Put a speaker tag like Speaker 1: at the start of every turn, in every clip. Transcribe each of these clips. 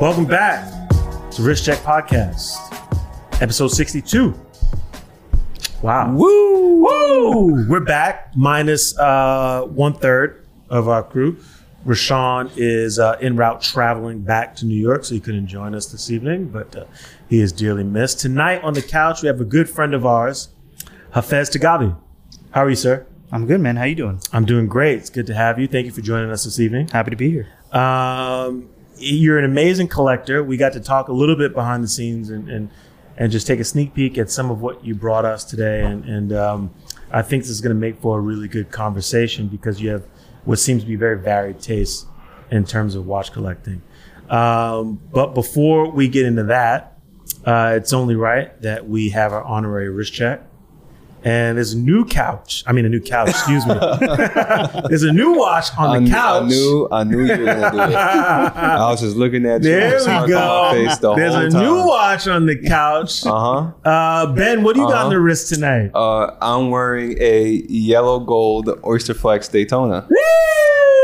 Speaker 1: Welcome back to Risk Check Podcast, episode 62. Wow. Woo! Woo! We're back, minus uh, one third of our crew. Rashawn is uh, en route traveling back to New York, so he couldn't join us this evening, but uh, he is dearly missed. Tonight on the couch, we have a good friend of ours, Hafez Tagabi. How are you, sir?
Speaker 2: I'm good, man. How you doing?
Speaker 1: I'm doing great. It's good to have you. Thank you for joining us this evening.
Speaker 2: Happy to be here.
Speaker 1: Um, you're an amazing collector. We got to talk a little bit behind the scenes and and, and just take a sneak peek at some of what you brought us today. And, and um, I think this is going to make for a really good conversation because you have what seems to be very varied tastes in terms of watch collecting. Um, but before we get into that, uh, it's only right that we have our honorary wrist check. And there's a new couch. I mean, a new couch. Excuse me. there's a new watch on
Speaker 3: I
Speaker 1: the
Speaker 3: kn-
Speaker 1: couch.
Speaker 3: I knew, I knew you were gonna do it. I was just looking at you.
Speaker 1: There
Speaker 3: with a smile
Speaker 1: we
Speaker 3: on my
Speaker 1: go.
Speaker 3: Face the
Speaker 1: There's
Speaker 3: whole
Speaker 1: a
Speaker 3: time.
Speaker 1: new watch on the couch.
Speaker 3: Uh-huh.
Speaker 1: Uh, ben, what do you got on
Speaker 3: Uh-huh.
Speaker 1: the wrist tonight?
Speaker 3: Uh I'm wearing a yellow gold Oyster Flex Daytona.
Speaker 1: Woo!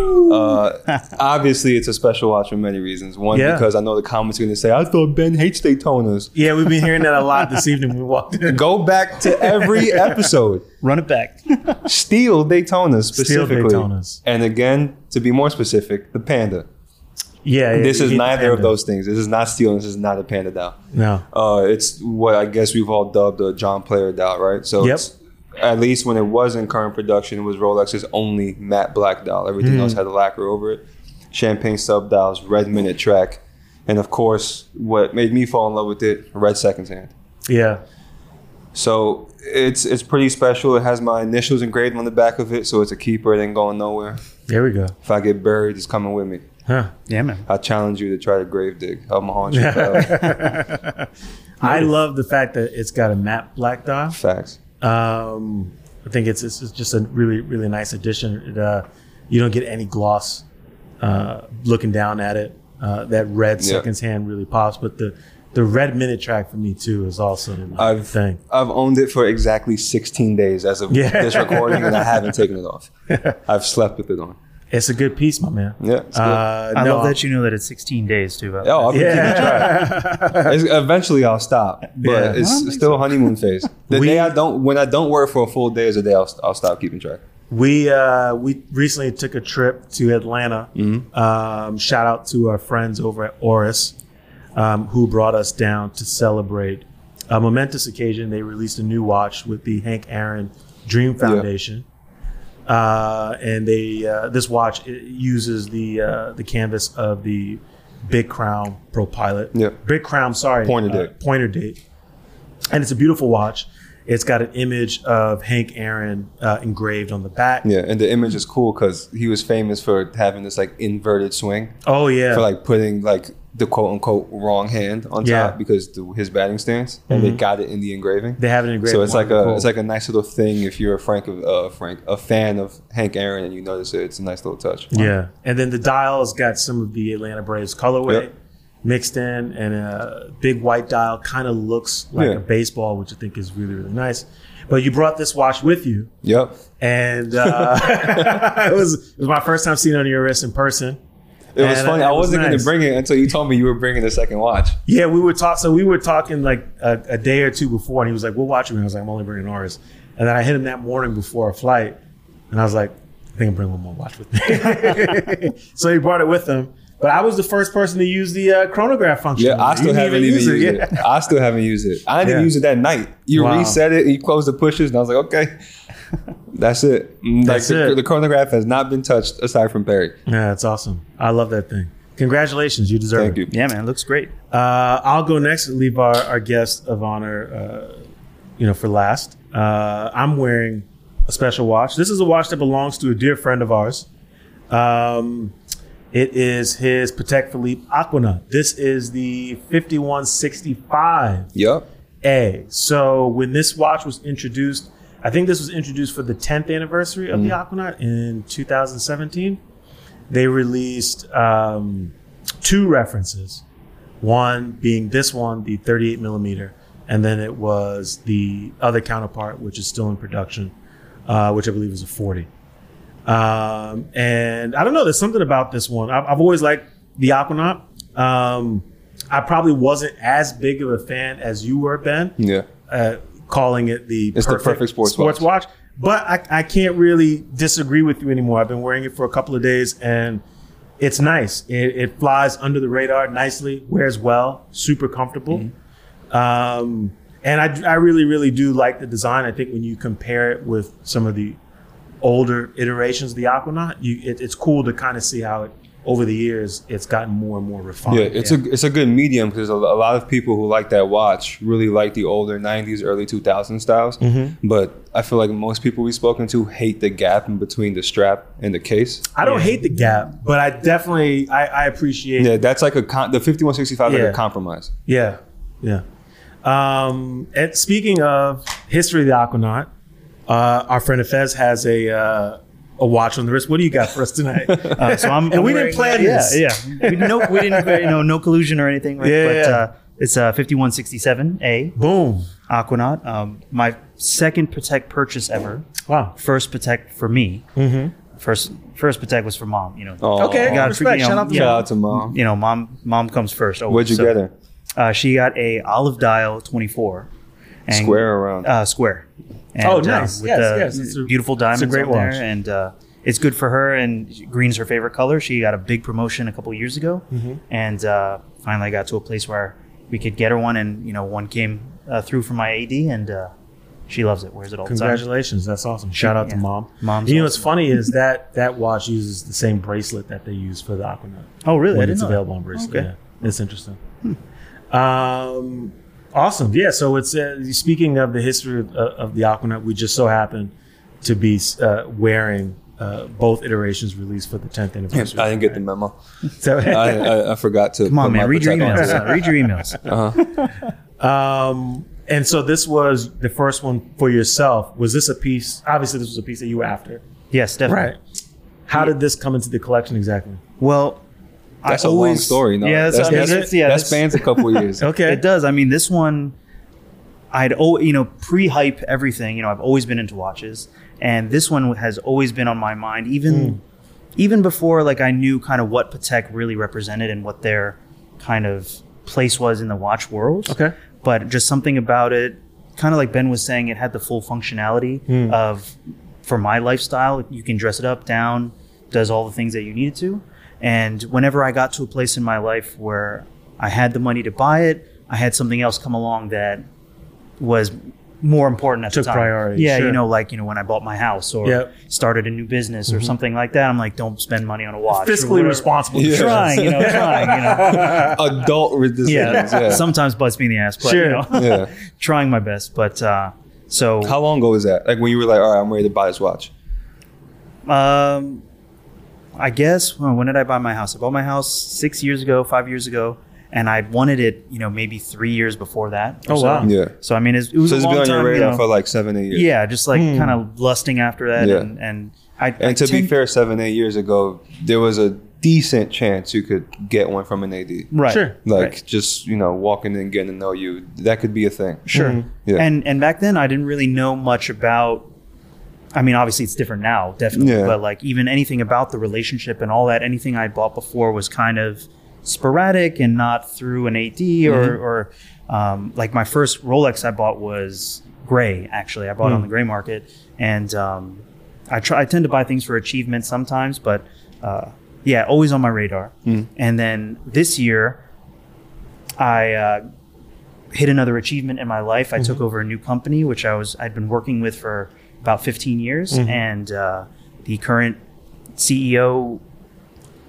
Speaker 3: Uh, obviously, it's a special watch for many reasons. One,
Speaker 1: Yeah.
Speaker 3: because I know the comments are going to say, "I thought Ben hates Daytonas."
Speaker 1: yeah, we've been hearing that a lot this evening. when We walked in.
Speaker 3: Go back to every episode.
Speaker 2: Run it back.
Speaker 3: Steel Daytonas
Speaker 1: Steel
Speaker 3: specifically,
Speaker 1: Daytonas.
Speaker 3: and again, to be more specific, the Panda.
Speaker 1: Yeah, yeah,
Speaker 3: This
Speaker 1: you
Speaker 3: is
Speaker 1: need to
Speaker 3: neither
Speaker 1: hand
Speaker 3: of
Speaker 1: it.
Speaker 3: those things. This is not steel. and This is not a Panda dial.
Speaker 1: No.
Speaker 3: uh, it's what I guess we've all dubbed a John Player dial, right? So
Speaker 1: Yep.
Speaker 3: it's- at least when it was in current production, it was Rolex's only matte black dial. Everything else had a lacquer over it. Champagne sub dials, red minute track, and of course, what made me fall in love with it, red seconds hand.
Speaker 1: Yeah.
Speaker 3: So it's it's pretty special. It has my initials engraved on the back of it, so it's a keeper. It ain't going nowhere.
Speaker 1: There we go.
Speaker 3: If I get buried, it's coming with me.
Speaker 1: Huh.
Speaker 2: Yeah, man.
Speaker 3: I challenge you to try to grave dig. I'm a haunt you. pal.
Speaker 1: I love the fact that it's got a matte black dot.
Speaker 3: Facts.
Speaker 1: Um, I think it's, it's it's just a really really nice addition. It, uh, you don't get any gloss uh, looking down at it. Uh, that red
Speaker 3: Yeah.
Speaker 1: seconds hand really pops, but the the red minute track for me too is also my
Speaker 3: I've-
Speaker 1: thing.
Speaker 3: I've owned it for exactly 16 days as of
Speaker 1: Yeah.
Speaker 3: this recording, and I haven't taken it off. I've slept with it on.
Speaker 1: It's a good piece, my man.
Speaker 3: Yeah, it's good.
Speaker 1: Uh,
Speaker 2: I
Speaker 1: no,
Speaker 2: love that you know that it's 16 days too. About
Speaker 3: Oh, I've been keeping track.
Speaker 1: Yeah.
Speaker 3: It's- eventually, I'll stop, but
Speaker 1: Yeah.
Speaker 3: it's
Speaker 2: I don't think
Speaker 3: still honeymoon phase. The
Speaker 1: We-
Speaker 3: day I don't, when I don't work for a full day, is a day I'll, I'll stop keeping track.
Speaker 1: we uh, we recently took a trip to Atlanta.
Speaker 3: Mm-hmm.
Speaker 1: Um, shout out to our friends over at Oris, um, who brought us down to celebrate a momentous occasion. They released a new watch with the Hank Aaron Dream Foundation, uh, and they uh, this watch it uses the uh, the canvas of the Big Crown Pro Pilot.
Speaker 3: Yeah.
Speaker 1: Big Crown. Sorry,
Speaker 3: Pointer
Speaker 1: uh,
Speaker 3: date.
Speaker 1: pointer date. and it's a beautiful watch. It's got an image of Hank Aaron uh, engraved on the back.
Speaker 3: Yeah, and the image is cool because he was famous for having this like inverted swing
Speaker 1: Oh yeah,
Speaker 3: for like putting like the quote unquote wrong hand on
Speaker 1: Yeah. Mm-hmm.
Speaker 3: top because the, his batting stance, and they got it in the engraving.
Speaker 1: they have it engraved.
Speaker 3: so it's like a
Speaker 1: Wonderful.
Speaker 3: it's like a nice little thing if you're a Frank of uh, Frank a fan of Hank Aaron and you notice it. It's a nice little touch.
Speaker 1: yeah, and then the dial's got some of the Atlanta Braves colorway
Speaker 3: Yep.
Speaker 1: mixed in, and a big white dial kind of looks like
Speaker 3: Yeah.
Speaker 1: a baseball, which I think is really really nice. But you brought this watch with you,
Speaker 3: Yep.
Speaker 1: and uh, it was it was my first time seeing it on your wrist in person.
Speaker 3: It was
Speaker 1: And uh,
Speaker 3: funny.
Speaker 1: it
Speaker 3: I
Speaker 1: was
Speaker 3: wasn't
Speaker 1: nice.
Speaker 3: gonna bring it until you told me you were bringing the second watch.
Speaker 1: Yeah, we were talking. So we were talking like a, a day or two before, and he was like, "We'll watch it." And I was like, "I'm only bringing ours." And then I hit him that morning before a flight, and I was like, "I think I'm bringing one more watch with me." so he brought it with him. But I was the first person to use the uh, chronograph function.
Speaker 3: Yeah, I
Speaker 1: You
Speaker 3: still
Speaker 1: didn't
Speaker 3: haven't even used it.
Speaker 1: Yeah.
Speaker 3: I still haven't used it. I didn't
Speaker 1: Yeah.
Speaker 3: use it that night. You
Speaker 1: Wow.
Speaker 3: reset it, you closed the pushes, and I was like, okay, that's it. Mm, Like
Speaker 1: That's
Speaker 3: the,
Speaker 1: it.
Speaker 3: the chronograph has not been touched aside from Barry.
Speaker 1: Yeah, that's awesome. I love that thing. Congratulations, you deserve
Speaker 3: Thank
Speaker 1: it.
Speaker 3: you.
Speaker 2: Yeah, man. It looks great.
Speaker 1: Uh, I'll go next and leave our, our guest of honor, uh, you know, for last. Uh, I'm wearing a special watch. This is a watch that belongs to a dear friend of ours. Um, it is his Patek Philippe Aquanaut. This is the 5165
Speaker 3: Yep.
Speaker 1: A. So when this watch was introduced, I think this was introduced for the 10th anniversary of the Aquanaut in 2017. They released um, two references, one being this one, the 38 millimeter, and then it was the other counterpart, which is still in production, uh, which I believe is a 40. Um, and I don't know, there's something about this one. I've, I've always liked the Aquanaut. Um, I probably wasn't as big of a fan as you were, Ben
Speaker 3: Yeah.
Speaker 1: uh, calling it the
Speaker 3: It's the perfect sports
Speaker 1: watch. But I, I can't really disagree with you anymore. I've been wearing it for a couple of days and it's nice. It, it flies under the radar nicely, wears well, super comfortable. Um, and I, I really, really do like the design. I think when you compare it with some of the older iterations of the Aquanaut, you, it, it's cool to kind of see how it, over the years, it's gotten more and more refined.
Speaker 3: Yeah, it's a it's a good medium because a, a lot of people who like that watch really like the older '90s, early 2000s styles.
Speaker 2: Mm-hmm.
Speaker 3: But I feel like most people we've spoken to hate the gap in between the strap and the case.
Speaker 1: I don't hate the gap, but I definitely, I, I appreciate
Speaker 3: Yeah, that's like a con- the 5165 is
Speaker 1: Yeah.
Speaker 3: like a compromise.
Speaker 1: Yeah, yeah. Um, and speaking of history of the Aquanaut, uh, our friend Fez has a uh, a watch on the wrist. What do you got for us tonight?
Speaker 2: Uh, so I'm,
Speaker 1: And
Speaker 2: I'm
Speaker 1: we
Speaker 2: wearing-
Speaker 1: didn't plan
Speaker 2: yeah,
Speaker 1: this.
Speaker 2: Yeah, we, no, we didn't. You know, no collusion or anything. Right?
Speaker 1: Yeah,
Speaker 2: but,
Speaker 1: yeah.
Speaker 2: Uh, it's uh, 5167A
Speaker 1: Boom!
Speaker 2: Aquanaut. Um, my second Patek purchase ever.
Speaker 1: Wow.
Speaker 2: First Patek for me. Mm-hmm. First, first Patek was for mom. You know.
Speaker 3: Oh,
Speaker 1: Okay,
Speaker 2: God,
Speaker 1: respect.
Speaker 2: freaking,
Speaker 1: Shout
Speaker 2: um,
Speaker 1: out to
Speaker 2: yeah.
Speaker 3: shout out to mom.
Speaker 2: You know, mom. Mom comes first. always.
Speaker 3: What'd you
Speaker 2: So,
Speaker 3: get her?
Speaker 2: Uh, she got a olive dial 24. And,
Speaker 3: Square or round?
Speaker 2: Uh, square. And,
Speaker 1: Oh,
Speaker 2: uh,
Speaker 1: nice.
Speaker 2: with
Speaker 1: Yes,
Speaker 2: the
Speaker 1: yes. It's a-
Speaker 2: beautiful
Speaker 1: it's a
Speaker 2: diamonds
Speaker 1: great
Speaker 2: on there,
Speaker 1: watch.
Speaker 2: and uh, it's good for her. And she- green's her favorite color. She got a big promotion a couple years ago,
Speaker 3: Mm-hmm.
Speaker 2: and uh, finally got to a place where we could get her one. And you know, one came uh, through from my AD, and uh, she loves it. Wears it all the time.
Speaker 1: Congratulations, that's awesome. Shout out to
Speaker 2: Yeah.
Speaker 1: mom.
Speaker 2: Mom's
Speaker 1: you know
Speaker 2: awesome.
Speaker 1: what's funny is that that watch uses the same bracelet that they use for the Aquanaut.
Speaker 2: Oh, really? I
Speaker 1: When
Speaker 2: didn't
Speaker 1: it's
Speaker 2: know that.
Speaker 1: available on bracelet.
Speaker 2: Okay. Hmm.
Speaker 1: Yeah, it's interesting. Um, awesome. Yeah. So it's uh, speaking of the history of, uh, of the Aquanaut, we just so happen to be uh, wearing uh, both iterations released for the 10th
Speaker 3: I
Speaker 1: anniversary.
Speaker 3: didn't get the memo.
Speaker 1: So,
Speaker 3: I, I, I forgot to.
Speaker 2: Come on, man. Read your emails.
Speaker 3: on.
Speaker 2: read your emails.
Speaker 1: um, and so this was the first one for yourself. Was this a piece? Obviously, this was a piece that you were after.
Speaker 2: Yes, definitely.
Speaker 1: How did this come into the collection exactly?
Speaker 2: Well,
Speaker 3: That's
Speaker 2: I
Speaker 3: a long
Speaker 2: always-
Speaker 3: story. No,
Speaker 2: Yeah, that's,
Speaker 3: that's,
Speaker 2: I mean,
Speaker 3: that's,
Speaker 2: that's- yeah,
Speaker 3: that
Speaker 2: that's-
Speaker 3: spans a couple years.
Speaker 1: Okay.
Speaker 2: It does. I mean, this one, I'd oh, you know, pre-hype everything. You know, I've always been into watches, and this one has always been on my mind, even
Speaker 1: Hmm.
Speaker 2: even before like I knew kind of what Patek really represented and what their kind of place was in the watch world.
Speaker 1: Okay.
Speaker 2: But just something about it, kind of like Ben was saying, it had the full functionality
Speaker 1: Hmm.
Speaker 2: of for my lifestyle. You can dress it up, down, does all the things that you needed to. And whenever I got to a place in my life where I had the money to buy it, I had something else come along that was more important at
Speaker 1: Took
Speaker 2: the time.
Speaker 1: priority,
Speaker 2: Yeah,
Speaker 1: sure.
Speaker 2: you know, like you know, when I bought my house or
Speaker 1: Yep. Mm-hmm.
Speaker 2: started a new business or something like that, I'm like, don't spend money on a watch. or
Speaker 1: Fiscally
Speaker 2: whatever.
Speaker 1: responsible.
Speaker 3: Yeah.
Speaker 2: Trying, you know, trying, you know.
Speaker 3: Adult re- decisions.
Speaker 2: Yeah,
Speaker 3: Yeah.
Speaker 2: sometimes bites me in the ass, but
Speaker 1: Sure.
Speaker 2: you know,
Speaker 3: yeah.
Speaker 2: trying my best. But uh, so
Speaker 3: How long ago was that? Like when you were like, all right, I'm ready to buy this watch.
Speaker 2: Um, I guess well, when did I buy my house? I bought my house six years ago, five years ago, and I wanted it, you know, maybe three years before that. or
Speaker 1: Oh,
Speaker 2: so.
Speaker 1: wow.
Speaker 3: Yeah.
Speaker 2: So I mean, it's, it was
Speaker 3: So
Speaker 2: a
Speaker 3: it's
Speaker 2: long
Speaker 3: been on
Speaker 2: time.
Speaker 3: your
Speaker 2: you
Speaker 3: radar
Speaker 2: know,
Speaker 3: for like seven, eight years.
Speaker 2: yeah, just like
Speaker 1: Hmm.
Speaker 2: kind of lusting after that,
Speaker 3: Yeah.
Speaker 2: and and I I
Speaker 3: And to be
Speaker 2: tend-
Speaker 3: fair, seven, eight years ago, there was a decent chance you could get one from an AD.
Speaker 2: right?
Speaker 1: Sure.
Speaker 3: Like
Speaker 2: Right.
Speaker 3: just, you know, walking in, getting to know you. That could be a thing.
Speaker 2: Sure.
Speaker 3: Yeah.
Speaker 2: Mm-hmm. And and back then I didn't really know much about I mean obviously it's different now, definitely,
Speaker 3: Yeah.
Speaker 2: but like even anything about the relationship and all that, anything I bought before was kind of sporadic and not through an AD
Speaker 3: Mm-hmm.
Speaker 2: or or um, like my first Rolex I bought was gray actually. I bought it on
Speaker 3: Mm.
Speaker 2: the gray market and um, I try I tend to buy things for achievement sometimes, but uh, yeah, always on my radar.
Speaker 3: Mm.
Speaker 2: And then this year I uh, hit another achievement in my life. I
Speaker 1: Mm-hmm.
Speaker 2: took over a new company, which I was I'd been working with for about 15 years,
Speaker 1: Mm-hmm.
Speaker 2: and uh, E the current CEO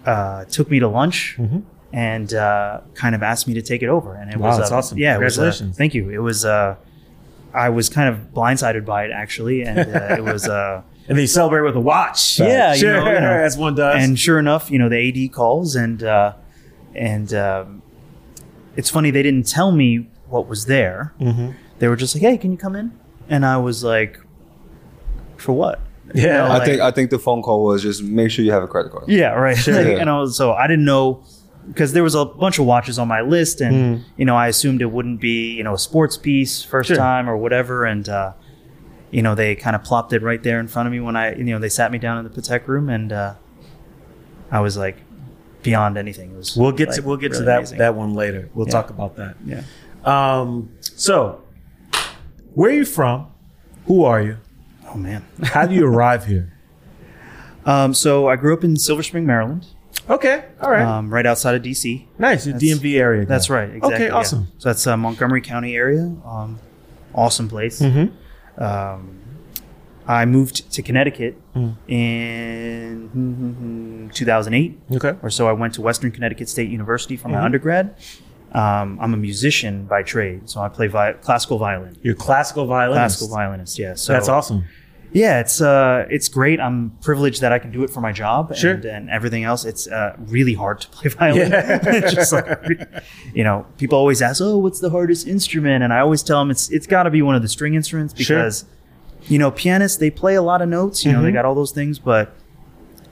Speaker 2: uh, took me to lunch and uh, kind of asked me to take it over. And it
Speaker 1: Mm-hmm. Wow,
Speaker 2: was
Speaker 1: that's
Speaker 2: uh,
Speaker 1: awesome.
Speaker 2: Yeah, it Was, uh,
Speaker 1: Congratulations.
Speaker 2: thank you. It was. Uh, I was kind of blindsided by it actually, and uh, it was. Uh,
Speaker 1: And they celebrate with a watch.
Speaker 2: Yeah, you
Speaker 1: sure,
Speaker 2: know, you know.
Speaker 1: as one does.
Speaker 2: and sure enough, you know, the AD calls and uh, and um, it's funny they didn't tell me what was there.
Speaker 1: Mhm.
Speaker 2: They were just like, "Hey, can you come in?" And I was like, "For what?"
Speaker 1: Yeah.
Speaker 2: You
Speaker 1: I
Speaker 2: know,
Speaker 3: I
Speaker 2: like-
Speaker 3: think I think the phone call was just make sure you have a credit card.
Speaker 2: yeah, right. Like,
Speaker 3: Yeah.
Speaker 2: And I was, so I didn't know because there was a bunch of watches on my list, and you know, I assumed it wouldn't be you know a sports piece first
Speaker 1: Sure.
Speaker 2: time or whatever, and uh, you know, they kind of plopped it right there in front of me when I you know they sat me down in the Patek room, and uh, I was like beyond anything. It was
Speaker 1: we'll get to
Speaker 2: like,
Speaker 1: we'll get to
Speaker 2: really
Speaker 1: that
Speaker 2: amazing.
Speaker 1: that one later. We'll
Speaker 2: Yeah.
Speaker 1: talk about that.
Speaker 2: yeah.
Speaker 1: Um, so, where are you from? Who are you?
Speaker 2: Oh man.
Speaker 1: How do you arrive here?
Speaker 2: Um, so I grew up in Silver Spring, Maryland,
Speaker 1: Okay, all right,
Speaker 2: um, right outside of DC.
Speaker 1: nice. Your
Speaker 2: that's-
Speaker 1: DMV area. guy.
Speaker 2: That's right. Exactly.
Speaker 1: Okay,
Speaker 2: yeah.
Speaker 1: awesome.
Speaker 2: So that's uh, Montgomery County area. Um, awesome place.
Speaker 1: Mhm.
Speaker 2: Um, I moved to Connecticut
Speaker 1: Mm.
Speaker 2: mm-hmm, in 2008
Speaker 1: Okay.
Speaker 2: or so. I went to Western Connecticut State University for my
Speaker 1: Mm-hmm.
Speaker 2: undergrad. Um, I'm a musician by trade, so I play vi- classical violin.
Speaker 1: You're a classical violinist.
Speaker 2: Classical violinist, yeah. So
Speaker 1: That's awesome.
Speaker 2: Yeah, it's uh, it's great. I'm privileged that I can do it for my job
Speaker 1: Sure.
Speaker 2: and, and everything else. It's uh, really hard to play violin.
Speaker 1: Yeah.
Speaker 2: Just like, you know, people always ask, "Oh, what's the hardest instrument?" And I always tell them it's it's got to be one of the string instruments
Speaker 1: Sure. Mm-hmm.
Speaker 2: because, you know, pianists they play a lot of notes. You know, they got all those things, but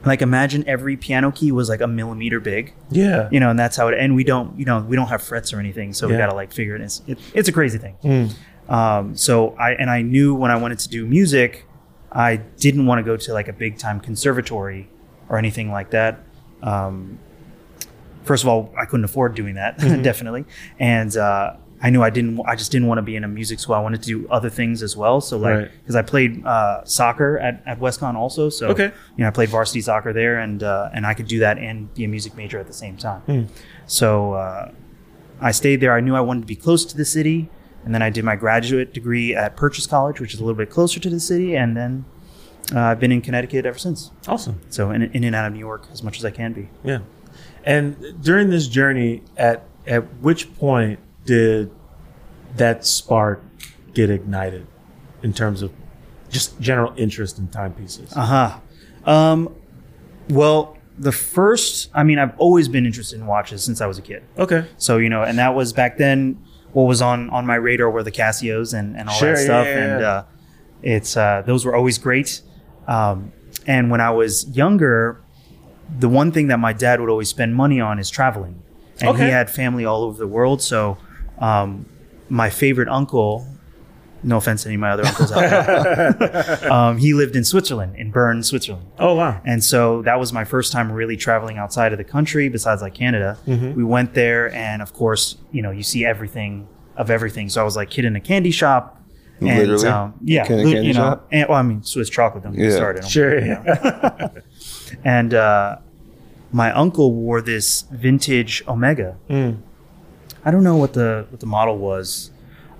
Speaker 2: like imagine every piano key was like a millimeter big.
Speaker 1: Yeah.
Speaker 2: You know, and that's how it. And we don't, you know, we don't have frets or anything, so we
Speaker 1: Yeah.
Speaker 2: got to like figure it. It's, it, it's a crazy thing.
Speaker 1: Mm.
Speaker 2: Um, so I and I knew when I wanted to do music, I didn't want to go to like a big time conservatory or anything like that. Um, first of all, I couldn't afford doing that
Speaker 1: Mm-hmm.
Speaker 2: definitely, and uh, I knew I didn't. I just didn't want to be in a music school. I wanted to do other things as well. So like
Speaker 1: Right.
Speaker 2: because I played uh, soccer at, at WestCon also, so
Speaker 1: Okay.
Speaker 2: you know I played varsity soccer there, and uh, and I could do that and be a music major at the same time. So. Uh, I stayed there. I knew I wanted to be close to the city, and then I did my graduate degree at Purchase College, which is a little bit closer to the city, and then uh, I've been in Connecticut ever since.
Speaker 1: Awesome.
Speaker 2: So in, in and out of New York as much as I can be.
Speaker 1: Yeah. And during this journey, at at which point did that spark get ignited in terms of just general interest in timepieces?
Speaker 2: Uh huh. Um, well, the first, I mean, I've always been interested in watches since I was a kid.
Speaker 1: okay.
Speaker 2: So you know, and that was back then. What was on on my radar were the Casios and, and all
Speaker 1: Sure,
Speaker 2: that
Speaker 1: yeah,
Speaker 2: stuff,
Speaker 1: yeah, yeah.
Speaker 2: and uh, it's uh, those were always great. Um, and when I was younger, the one thing that my dad would always spend money on is traveling, and
Speaker 1: Okay.
Speaker 2: he had family all over the world. So um, my favorite uncle. No offense to any of my other uncles out there. um, he lived in Switzerland, in Bern, Switzerland.
Speaker 1: Oh wow.
Speaker 2: And so that was my first time really traveling outside of the country, besides like Canada.
Speaker 3: Mm-hmm.
Speaker 2: We went there, and of course, you know, you see everything of everything. So I was like kid in a candy shop. And,
Speaker 3: Literally?
Speaker 2: um, yeah,
Speaker 3: Kid in a
Speaker 2: lit-
Speaker 3: candy
Speaker 2: you know,
Speaker 3: shop?
Speaker 2: And, well, I mean, Swiss chocolate. Don't get me
Speaker 3: Yeah.
Speaker 2: started. on-
Speaker 1: Sure.
Speaker 2: you know. and uh, my uncle wore this vintage Omega.
Speaker 1: Mm.
Speaker 2: I don't know what the what the model was,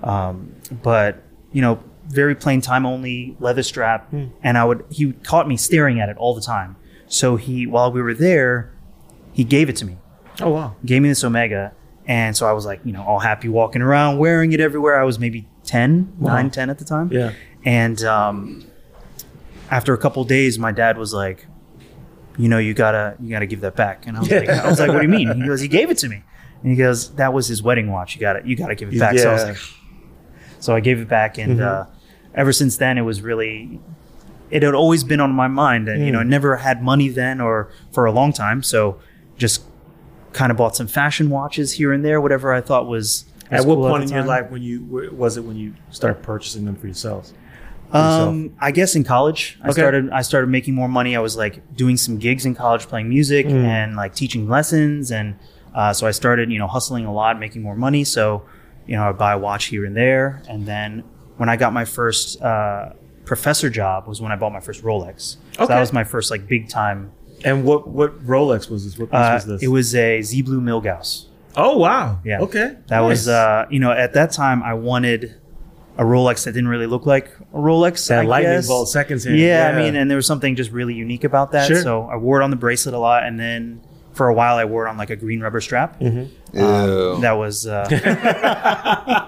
Speaker 2: um, but you know, very plain time only leather strap,
Speaker 1: Mm.
Speaker 2: and I would he caught me staring at it all the time. So he while we were there, he gave it to me,
Speaker 1: Oh wow.
Speaker 2: gave me this Omega, and so I was like, you know, all happy walking around wearing it everywhere. I was maybe 10,
Speaker 1: Wow.
Speaker 2: 9, 10 at the time.
Speaker 1: Yeah.
Speaker 2: And um, after a couple days, my dad was like, "You know, you gotta, you gotta give that back." And I was, like, I was like, "What do you mean?" He goes, "He gave it to me." And he goes, "That was his wedding watch. You gotta, you gotta give it back." So I was like, so I gave it back, and
Speaker 1: Mm-hmm.
Speaker 2: uh, ever since then, it was really. It had always been on my mind, and you
Speaker 1: Mm.
Speaker 2: know, I never had money then or for a long time. So, just kind of bought some fashion watches here and there, whatever I thought was. was
Speaker 1: At what
Speaker 2: cool the
Speaker 1: point in your
Speaker 2: time.
Speaker 1: life when you wh- was it when you started purchasing them for yourselves?
Speaker 2: Um, I guess in college, I
Speaker 1: Okay.
Speaker 2: started. I started making more money. I was like doing some gigs in college, playing music
Speaker 1: Mm.
Speaker 2: and like teaching lessons, and uh, so I started, you know, hustling a lot, making more money. So, you know, I would buy a watch here and there, and then when I got my first uh, professor job was when I bought my first Rolex. So that
Speaker 1: Okay.
Speaker 2: was my first like big time.
Speaker 1: And what what Rolex was this? What piece
Speaker 2: Uh,
Speaker 1: was this?
Speaker 2: it was a Z Blue Milgauss.
Speaker 1: oh wow.
Speaker 2: Yeah.
Speaker 1: Okay.
Speaker 2: That was,
Speaker 1: Nice.
Speaker 2: uh, you know, at that time I wanted a Rolex that didn't really look like a Rolex.
Speaker 1: that
Speaker 2: I
Speaker 1: lightning
Speaker 2: guess.
Speaker 1: bolt seconds hand.
Speaker 2: Yeah, I mean, and there was something just really unique about that.
Speaker 1: Sure.
Speaker 2: So I wore it on the bracelet a lot, and then for a while, I wore it on like a green rubber strap.
Speaker 1: Mm-hmm.
Speaker 3: Ew.
Speaker 2: That was. Uh,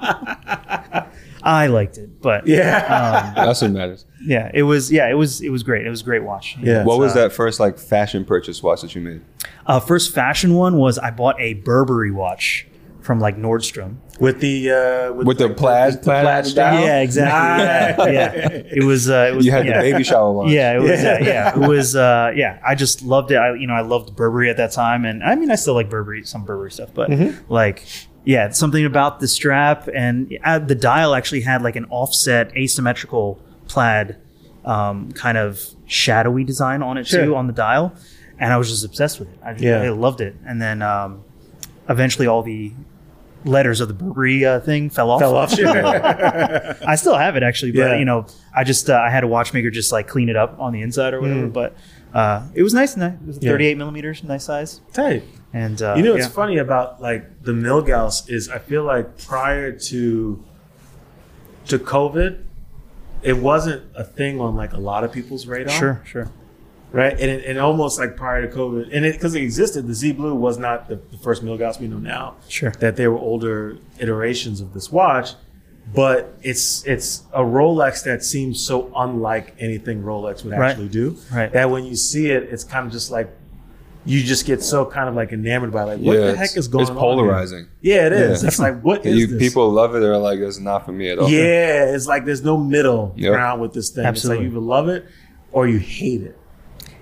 Speaker 2: I liked it, but
Speaker 1: Yeah.
Speaker 2: Uh,
Speaker 3: That's what matters.
Speaker 2: yeah, it was yeah, it was it was great. It was a great watch.
Speaker 1: Yeah.
Speaker 3: What was
Speaker 2: uh,
Speaker 3: that first like fashion purchase watch that you made?
Speaker 2: Uh, first fashion one was I bought a Burberry watch from like Nordstrom.
Speaker 1: with the uh,
Speaker 3: With the plaid- plaid style?
Speaker 2: Yeah, exactly.
Speaker 1: Nice.
Speaker 2: Yeah, yeah. It was. Uh, it was.
Speaker 3: You had
Speaker 2: yeah.
Speaker 3: the baby shower watch.
Speaker 2: Yeah, it was.
Speaker 1: Yeah.
Speaker 2: Yeah, uh, yeah it was. Uh, yeah, I just loved it. I, you know, I loved Burberry at that time, and I mean, I still like Burberry, some Burberry stuff, but
Speaker 1: Mm-hmm.
Speaker 2: like, yeah, it's something about the strap and uh, the dial actually had like an offset, asymmetrical plaid, um, kind of shadowy design on it too
Speaker 1: Sure.
Speaker 2: on the dial, and I was just obsessed with it. I, just,
Speaker 1: Yeah.
Speaker 2: I loved it, and then um, eventually all the letters of the Burberry uh, thing fell off.
Speaker 1: fell off.
Speaker 2: I still have it actually, but
Speaker 1: Yeah.
Speaker 2: you know, I just uh, I had a watchmaker just like clean it up on the inside or
Speaker 3: Mm.
Speaker 2: whatever. But uh, it was nice. ni- It was
Speaker 1: Yeah.
Speaker 2: 38 millimeters, nice size.
Speaker 1: Tight.
Speaker 2: And uh,
Speaker 1: You know what's
Speaker 2: yeah.
Speaker 1: funny about like the Milgauss is I feel like prior to to COVID, it wasn't a thing on like a lot of people's radar.
Speaker 2: Sure, sure.
Speaker 1: Right. And, it, and almost like prior to COVID, and it because it existed, the Z Blue was not the, the first Milgauss we know now.
Speaker 2: Sure.
Speaker 1: That they were older iterations of this watch, but it's it's a Rolex that seems so unlike anything Rolex would
Speaker 2: Right.
Speaker 1: actually do.
Speaker 2: Right.
Speaker 1: That when you see it, it's kind of just like you just get so kind of like enamored by like what the
Speaker 3: it's-
Speaker 1: heck is going
Speaker 3: It's
Speaker 1: on? here?
Speaker 3: polarizing.
Speaker 1: Yeah, it is.
Speaker 3: Yeah.
Speaker 1: It's like what is
Speaker 3: you,
Speaker 1: this?
Speaker 3: People love it. They're like, it's not for me at all.
Speaker 1: yeah, it's like there's no middle
Speaker 3: Yep.
Speaker 1: ground with this thing.
Speaker 2: Absolutely.
Speaker 1: It's like you either love it or you hate it.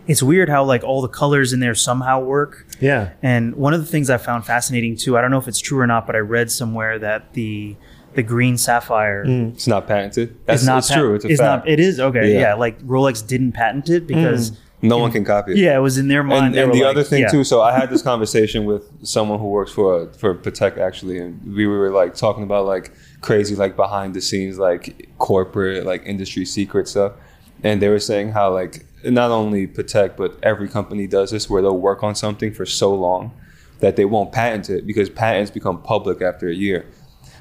Speaker 2: It's weird how like all the colors in there somehow work.
Speaker 1: Yeah.
Speaker 2: And one of the things I found fascinating too, I don't know if it's true or not, but I read somewhere that the the green sapphire
Speaker 3: It's not patented. That's
Speaker 2: is not
Speaker 3: Mm. it's
Speaker 2: pat-
Speaker 3: true. It's a
Speaker 2: is
Speaker 3: fact.
Speaker 2: Not, it is okay.
Speaker 3: Yeah.
Speaker 2: Yeah. like Rolex didn't patent it because
Speaker 3: no one can copy it.
Speaker 2: yeah, it was in their mind.
Speaker 3: And,
Speaker 2: They
Speaker 3: and
Speaker 2: were
Speaker 3: the
Speaker 2: like-
Speaker 3: other thing
Speaker 2: yeah.
Speaker 3: too, so I had this conversation with someone who works for for Protect actually, and we were like talking about like crazy like behind the scenes like corporate like industry secret stuff, and they were saying how like not only Protect but every company does this where they'll work on something for so long that they won't patent it because patents become public after a year,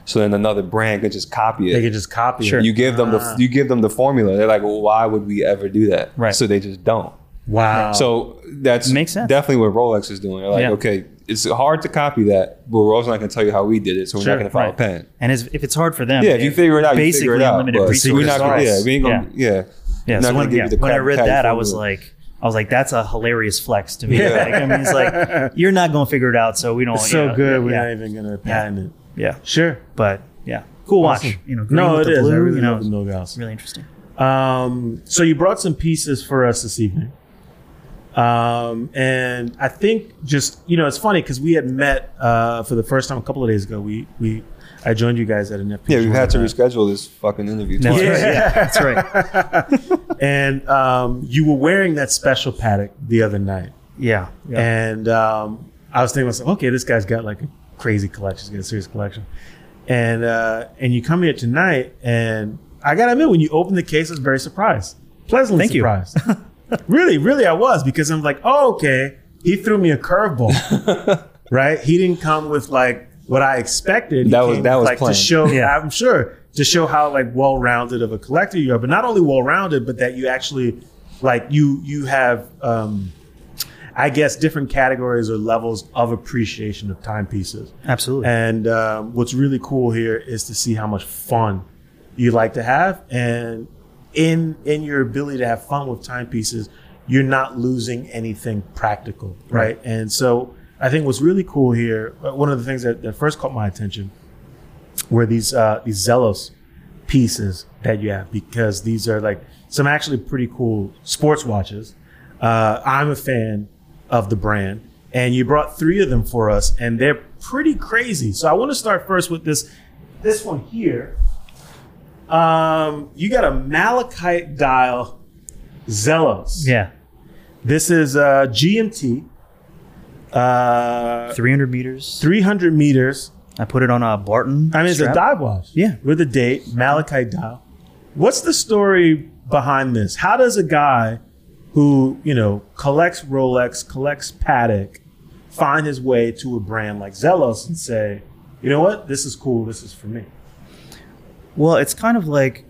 Speaker 3: so then another brand can just copy it.
Speaker 1: They can just copy
Speaker 2: Sure.
Speaker 1: it.
Speaker 3: you give them the you give them the formula. They're like, well, why would we ever do that?
Speaker 2: Right.
Speaker 3: So they just don't.
Speaker 1: Wow.
Speaker 3: So that's
Speaker 2: Um, Makes sense.
Speaker 3: definitely what Rolex is doing. They're like,
Speaker 2: Yeah.
Speaker 3: okay, it's hard to copy that, but we're also not going to tell you how we did it, so we're
Speaker 1: Sure,
Speaker 3: not going to follow
Speaker 2: right.
Speaker 3: patent.
Speaker 2: And as, if it's hard for them,
Speaker 3: Yeah, if you figure it out, you
Speaker 2: basically
Speaker 3: figure it out.
Speaker 2: limited
Speaker 3: but
Speaker 2: resources.
Speaker 3: we're not gonna, yeah, we ain't gonna, yeah.
Speaker 2: Yeah,
Speaker 3: Not
Speaker 2: so
Speaker 3: gonna
Speaker 2: when,
Speaker 3: give you
Speaker 2: yeah,
Speaker 3: the
Speaker 2: when I
Speaker 3: crappy
Speaker 2: read
Speaker 3: cotton
Speaker 2: that, I
Speaker 3: formula.
Speaker 2: was like, I was like, that's a hilarious flex to me.
Speaker 3: Yeah.
Speaker 2: Like, I mean, it's like you're not going to figure it out, so we don't.
Speaker 1: It's so
Speaker 2: yeah,
Speaker 1: good. We're
Speaker 2: Yeah,
Speaker 1: not even gonna patent it.
Speaker 2: yeah,
Speaker 1: Sure.
Speaker 2: but yeah, cool watch.
Speaker 1: Awesome.
Speaker 2: You know, green
Speaker 1: No,
Speaker 2: with
Speaker 1: it
Speaker 2: the
Speaker 1: is.
Speaker 2: blue.
Speaker 1: I really
Speaker 2: you know,
Speaker 1: love the Milgauss.
Speaker 2: really interesting.
Speaker 1: Um, so you brought some pieces for us this evening. Um, and I think just, you know, it's funny because we had met uh, for the first time a couple of days ago. We, we, I joined you guys at an FP.
Speaker 3: Yeah, we've had to
Speaker 1: event.
Speaker 3: reschedule this fucking interview.
Speaker 2: That's
Speaker 3: twice.
Speaker 2: right. Yeah, that's right.
Speaker 1: And um, you were wearing that special paddock the other night.
Speaker 2: Yeah, yeah.
Speaker 1: And um, I was thinking to myself, okay, this guy's got like a crazy collection. He's got a serious collection. And uh, and you come here tonight, and I gotta admit, when you opened the case, I was very surprised, pleasantly
Speaker 2: Thank you.
Speaker 1: surprised. really, really, I was because I'm like, oh, okay, he threw me a curveball, right? He didn't come with like what I expected. He
Speaker 3: That was-
Speaker 1: came
Speaker 3: that
Speaker 1: with,
Speaker 3: was
Speaker 1: like to
Speaker 3: planned.
Speaker 1: show.
Speaker 2: Yeah.
Speaker 1: I'm sure to show how like well-rounded of a collector you are, but not only well-rounded, but that you actually like you you have. Um, I guess different categories or levels of appreciation of timepieces.
Speaker 2: absolutely.
Speaker 1: And um, what's really cool here is to see how much fun you like to have, and in in your ability to have fun with timepieces, you're not losing anything practical, right? And so I think what's really cool here, uh, one of the things that, that first caught my attention were these uh, these Zelos pieces that you have because these are like some actually pretty cool sports watches. Uh, I'm a fan of the brand, and you brought three of them for us, and they're pretty crazy. So I want to start first with this this one here. Um, you got a malachite dial Zelos.
Speaker 2: yeah,
Speaker 1: This is uh, GMT. Uh,
Speaker 2: 300 meters.
Speaker 1: 300 meters.
Speaker 2: I put it on a Barton.
Speaker 1: I mean, it's
Speaker 2: strap.
Speaker 1: a dive watch.
Speaker 2: Yeah.
Speaker 1: With a date, Malachite dial. What's the story behind this? How does a guy who, you know, collects Rolex, collects Patek, find his way to a brand like Zelos and say, you know what? This is cool. This is for me.
Speaker 2: Well, it's kind of like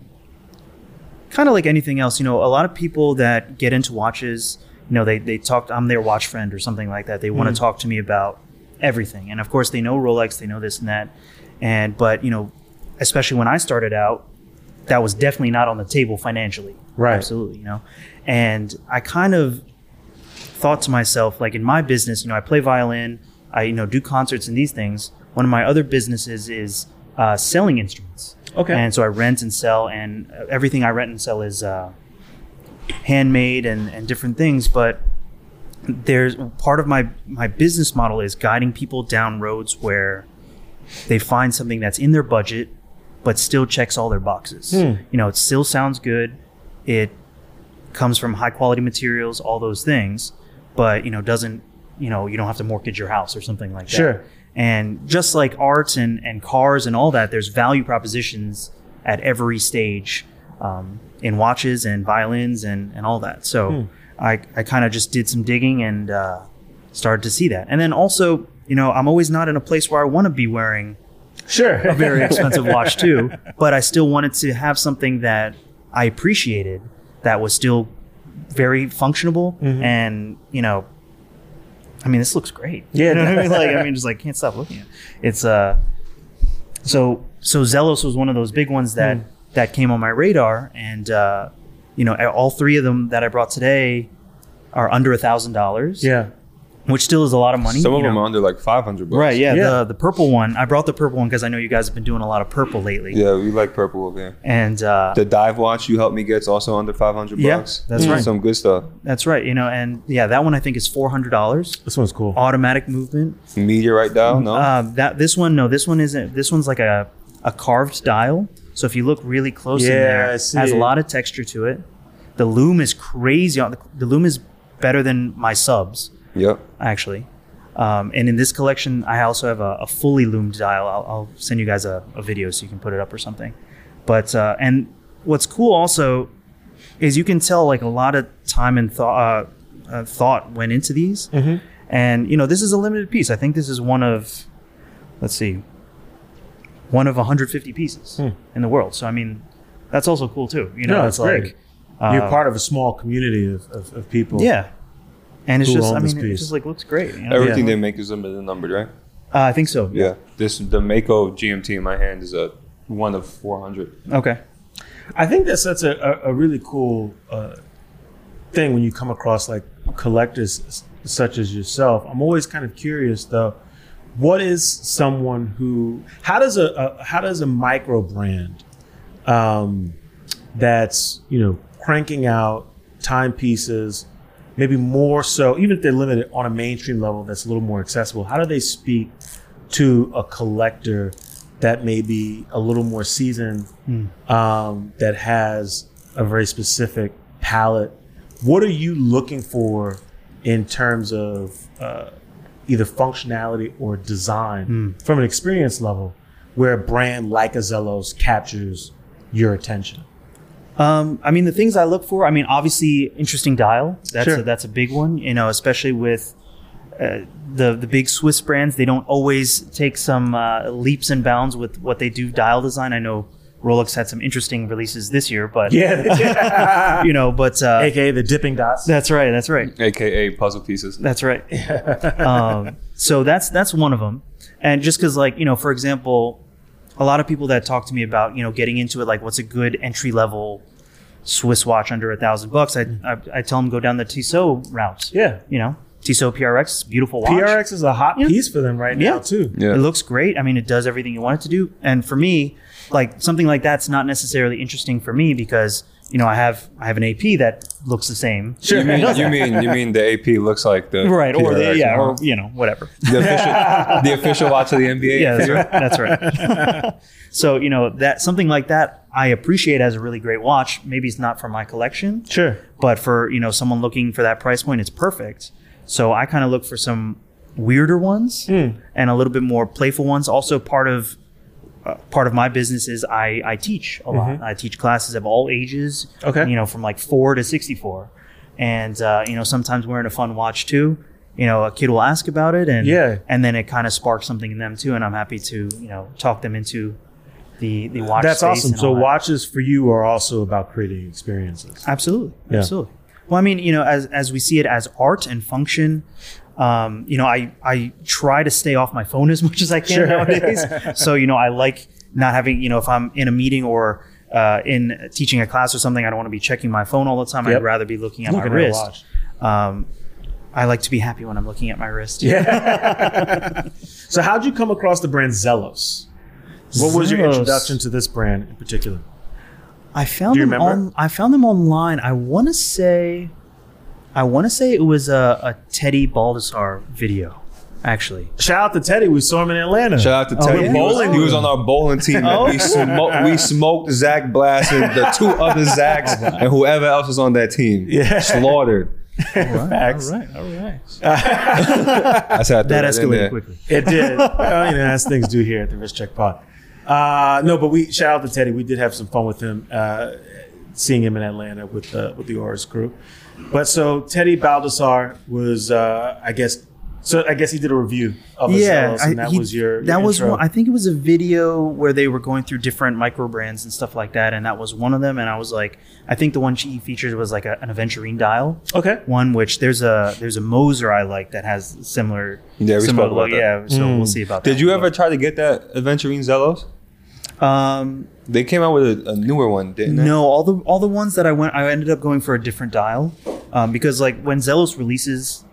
Speaker 2: kind of like anything else, you know, a lot of people that get into watches you know, they, they talked, I'm their watch friend or something like that. They want to talk to me about everything. And of course, they know Rolex, they know this and that. And, but, you know, especially when I started out, that was definitely not on the table financially.
Speaker 1: Right.
Speaker 2: Absolutely, you know. And I kind of thought to myself, like in my business, you know, I play violin, I, you know, do concerts and these things. One of my other businesses is uh, selling instruments.
Speaker 1: Okay.
Speaker 2: And so I rent and sell, and uh, everything I rent and sell is uh, handmade and, and different things. But there's part of my my business model is guiding people down roads where they find something that's in their budget but still checks all their boxes you know it still sounds good it comes from high quality materials all those things but you know doesn't you know you don't have to mortgage your house or something like
Speaker 1: Sure.
Speaker 2: that and just like art and and cars and all that there's value propositions at every stage um, in watches and violins and and all that so i i kind of just did some digging and uh started to see that and then also you know i'm always not in a place where i want to be wearing
Speaker 1: Sure.
Speaker 2: a very expensive watch too, but I still wanted to have something that I appreciated that was still very functional
Speaker 1: Mm-hmm.
Speaker 2: and you know I mean this looks great.
Speaker 1: Yeah.
Speaker 2: You know what I mean? Like I mean just like can't stop looking at it. It's uh so so Zelos was one of those big ones
Speaker 1: Hmm.
Speaker 2: that that came on my radar and uh you know all three of them that I brought today are under a thousand dollars.
Speaker 1: yeah.
Speaker 2: Which still is a lot of money.
Speaker 3: Some
Speaker 2: you
Speaker 3: of them
Speaker 2: know?
Speaker 3: are under like 500 bucks.
Speaker 2: Right, yeah,
Speaker 1: Yeah.
Speaker 2: The the purple one. I brought the purple one because I know you guys have been doing a lot of purple lately.
Speaker 3: Yeah, we like purple over there.
Speaker 2: And uh,
Speaker 3: The dive watch you helped me get's also under 500
Speaker 2: Yeah,
Speaker 3: bucks. Mm.
Speaker 2: that's right.
Speaker 3: Some good stuff.
Speaker 2: that's right, you know, and yeah, that one I think is four hundred dollars.
Speaker 1: This one's cool.
Speaker 2: Automatic movement.
Speaker 3: Meteorite dial,
Speaker 1: Oh.
Speaker 3: no?
Speaker 2: Uh, that this one, no, this one isn't. This one's like a a carved dial. So if you look really close in
Speaker 1: Yeah,
Speaker 2: there,
Speaker 1: I
Speaker 2: it
Speaker 1: see
Speaker 2: has a
Speaker 1: it.
Speaker 2: lot of texture to it. The loom is crazy. on The, the loom is better than my subs
Speaker 3: yep.
Speaker 2: actually. Um, and in this collection, I also have a, a fully loomed dial. I'll, I'll send you guys a, a video so you can put it up or something. But uh, and what's cool also is you can tell like a lot of time and thought uh, uh, thought went into these.
Speaker 1: Mm-hmm.
Speaker 2: And you know this is a limited piece. I think this is one of let's see, one of 150 pieces in the world. So I mean, that's also cool too. You know,
Speaker 1: Hmm. No,
Speaker 2: it's
Speaker 1: it's great.
Speaker 2: like
Speaker 1: You're part of a small community of, of, of people.
Speaker 2: yeah. And it's
Speaker 1: Who
Speaker 2: just,
Speaker 1: owned
Speaker 2: I
Speaker 1: this
Speaker 2: mean, it
Speaker 1: piece?
Speaker 2: just like looks great. you know?
Speaker 3: Everything
Speaker 1: Yeah.
Speaker 3: they make is under the numbered, right?
Speaker 2: Uh, I think so.
Speaker 3: Yeah. This the Mako GMT in my hand is a one of 400.
Speaker 2: Okay.
Speaker 1: I think that's that's a, a, a really cool uh, thing when you come across like collectors s- such as yourself. I'm always kind of curious though, what is someone who how does a, a how does a micro brand um, that's you know cranking out timepieces, maybe more so even if they're limited on a mainstream level that's a little more accessible. How do they speak to a collector that may be a little more seasoned?
Speaker 2: Hmm.
Speaker 1: um, that has a very specific palette. What are you looking for in terms of uh, either functionality or design
Speaker 2: Hmm.
Speaker 1: from an experience level where a brand like Azello's captures your attention?
Speaker 2: Um, I mean, the things I look for. I mean, obviously, interesting dial. That's
Speaker 1: Sure.
Speaker 2: a, that's a big one. You know, especially with uh, the the big Swiss brands, they don't always take some uh, leaps and bounds with what they do dial design. I know Rolex had some interesting releases this year, but
Speaker 1: Yeah.
Speaker 2: you know, but uh,
Speaker 1: AKA the dipping dots.
Speaker 2: that's right. That's right.
Speaker 3: AKA puzzle pieces.
Speaker 2: That's right. um, so that's that's one of them. And just because, like you know, for example, a lot of people that talk to me about you know getting into it, like what's a good entry level Swiss watch under a thousand bucs? I, I I tell them go down the Tissot route.
Speaker 1: yeah.
Speaker 2: You know, Tissot PRX, beautiful watch.
Speaker 1: PRX is a hot piece for them right now,
Speaker 2: Yeah.
Speaker 1: too.
Speaker 3: Yeah.
Speaker 2: It looks great. I mean, it does everything you want it to do. And for me, like something like that's not necessarily interesting for me because you know I have I have an AP that looks the same.
Speaker 3: You mean, you mean you mean the AP looks like the
Speaker 2: Right, or the,
Speaker 3: PRX,
Speaker 2: yeah,
Speaker 3: huh?
Speaker 2: or you know, whatever.
Speaker 3: the official the official watch of the NBA.
Speaker 2: yeah, that's right. That's right. so you know that something like that I appreciate as a really great watch. Maybe it's not for my collection,
Speaker 1: Sure.
Speaker 2: but for you know someone looking for that price point, it's perfect. So I kind of look for some weirder ones
Speaker 1: Hmm.
Speaker 2: and a little bit more playful ones. Also, part of uh, part of my business is I I teach a lot. I teach classes of all ages.
Speaker 1: Mm-hmm. Okay.
Speaker 2: you know from like four to sixty four, and uh, you know sometimes wearing a fun watch too. You know, a kid will ask about it, and
Speaker 1: Yeah.
Speaker 2: and then it kind of sparks something in them too. And I'm happy to you know talk them into the the watch.
Speaker 1: That's
Speaker 2: space
Speaker 1: awesome.
Speaker 2: and
Speaker 1: So,
Speaker 2: all that.
Speaker 1: watches for you are also about creating experiences.
Speaker 2: Absolutely.
Speaker 1: Yeah.
Speaker 2: Absolutely. Well, I mean, you know, as as we see it as art and function, um, you know, I I try to stay off my phone as much as I can
Speaker 1: Sure.
Speaker 2: nowadays. so you know, I like not having you know if I'm in a meeting or uh, in teaching a class or something, I don't want to be checking my phone all the time.
Speaker 1: Yep.
Speaker 2: I'd rather be looking at
Speaker 1: Looking
Speaker 2: my
Speaker 1: at a
Speaker 2: wrist.
Speaker 1: watch.
Speaker 2: Um, I like to be happy when I'm looking at my wrist.
Speaker 1: So how'd you come across the brand Zelos? What was your
Speaker 2: Zelos.
Speaker 1: introduction to this brand in particular?
Speaker 2: I found
Speaker 1: Do you
Speaker 2: them
Speaker 1: remember?
Speaker 2: on. I found them online. I want to say, I want to say it was a, a Teddy Baldassar video, actually.
Speaker 1: Shout out to Teddy. We saw him in Atlanta.
Speaker 3: Shout out to
Speaker 2: Oh,
Speaker 3: Teddy.
Speaker 2: yeah?
Speaker 3: He, was,
Speaker 1: Bowling.
Speaker 3: he was on our bowling team.
Speaker 2: Oh.
Speaker 3: We, smo- we smoked Zach Blast and the two other Zachs and whoever else was on that team.
Speaker 1: Yeah.
Speaker 3: Slaughtered.
Speaker 1: Facts.
Speaker 2: right, all right.
Speaker 3: I said I
Speaker 2: That
Speaker 3: threw in there.
Speaker 2: escalated quickly.
Speaker 1: It did. well, you know, as things do here at the Risk Check Pod. Uh, no, but we shout out to Teddy. We did have some fun with him, uh, seeing him in Atlanta with uh, with the Auras crew. But so Teddy Baldassar was, uh, I guess, so I guess he did a review of the
Speaker 2: Yeah,
Speaker 1: Zelos, and
Speaker 2: I-
Speaker 1: that
Speaker 2: he-
Speaker 1: was your
Speaker 2: that
Speaker 1: your
Speaker 2: was
Speaker 1: intro.
Speaker 2: one, I think it was a video where they were going through different micro brands and stuff like that, and that was one of them. And I was like, I think the one she featured was like a, an aventurine dial.
Speaker 1: okay.
Speaker 2: One which there's a there's a Moser I like that has similar
Speaker 3: Yeah, we
Speaker 2: similar
Speaker 3: spoke
Speaker 2: look.
Speaker 3: about that.
Speaker 2: yeah so we'll
Speaker 1: Mm.
Speaker 2: see about that
Speaker 3: Did you
Speaker 2: one.
Speaker 3: ever try to get that Aventurine Zelos?
Speaker 2: um
Speaker 3: They came out with a, a newer one, didn't they?
Speaker 2: No, all the all the ones that I went, I ended up going for a different dial, um, because like when Zelos releases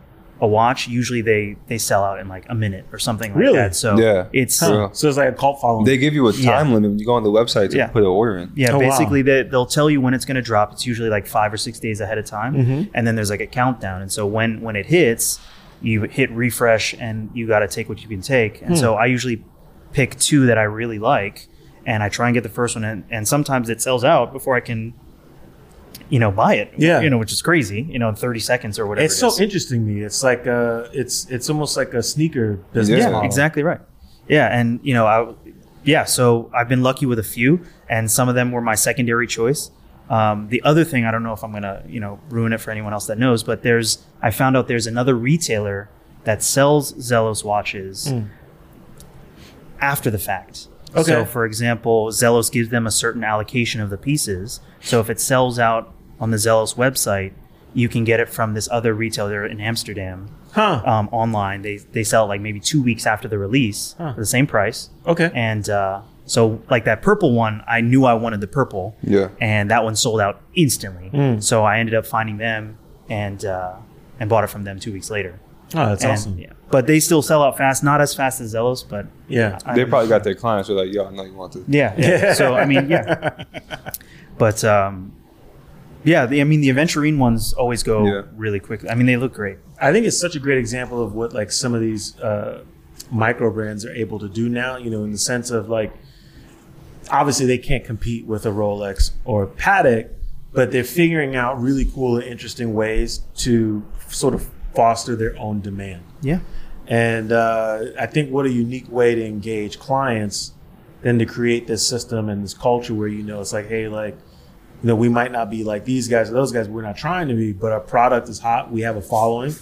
Speaker 2: a watch, usually they they sell out in like a minute or something like
Speaker 1: Really?
Speaker 2: that. So
Speaker 3: Yeah.
Speaker 2: it's
Speaker 3: Huh. Yeah.
Speaker 1: So it's like a cult following.
Speaker 3: They give you a time
Speaker 2: Yeah.
Speaker 3: limit when you go on the website to
Speaker 2: Yeah.
Speaker 3: put an order in.
Speaker 2: yeah,
Speaker 1: Oh, wow.
Speaker 2: basically they they'll tell you when it's going to drop. It's usually like five or six days ahead of time,
Speaker 1: Mm-hmm.
Speaker 2: and then there's like a countdown. And so when when it hits, you hit refresh, and you got to take what you can take.
Speaker 1: Hmm.
Speaker 2: And so I usually pick two that I really like, and I try and get the first one, and, and sometimes it sells out before I can. You know, buy it.
Speaker 1: Yeah.
Speaker 2: You know, which is crazy. You know, in thirty seconds or whatever.
Speaker 1: it's
Speaker 2: it
Speaker 1: so
Speaker 2: is.
Speaker 1: interesting to me. It's like uh, it's it's almost like a sneaker business.
Speaker 3: Yeah,
Speaker 1: model.
Speaker 2: Exactly right. Yeah, and you know, I yeah. So I've been lucky with a few, and some of them were my secondary choice. Um, the other thing, I don't know if I'm gonna you know ruin it for anyone else that knows, but there's I found out there's another retailer that sells Zelos watches after the fact.
Speaker 1: Okay.
Speaker 2: So, for example, Zelos gives them a certain allocation of the pieces. So, if it sells out on the Zelos website, you can get it from this other retailer in Amsterdam
Speaker 1: Huh.
Speaker 2: um, online. They they sell it like maybe two weeks after the release
Speaker 1: Huh.
Speaker 2: for the same price.
Speaker 1: Okay.
Speaker 2: And uh, so like that purple one, I knew I wanted the purple.
Speaker 3: Yeah.
Speaker 2: And that one sold out instantly.
Speaker 1: Mm.
Speaker 2: So I ended up finding them and uh, and bought it from them two weeks later.
Speaker 1: oh, that's
Speaker 2: And,
Speaker 1: awesome.
Speaker 2: yeah. But they still sell out fast, not as fast as Zelos, but
Speaker 1: Yeah.
Speaker 2: I-
Speaker 3: They probably got their clients who are like, yo, I know you want to.
Speaker 2: yeah, yeah. so I mean, yeah. But um, yeah, the, I mean the Aventurine ones always go
Speaker 3: Yeah.
Speaker 2: really quickly. I mean they look great.
Speaker 1: I think it's such a great example of what like some of these uh, micro brands are able to do now. You know, in the sense of like, obviously they can't compete with a Rolex or a Patek, but they're figuring out really cool and interesting ways to sort of foster their own demand.
Speaker 2: Yeah.
Speaker 1: And uh, I think what a unique way to engage clients than to create this system and this culture where you know it's like, hey, like, you know, we might not be like these guys or those guys. We're not trying to be, but our product is hot. We have a following.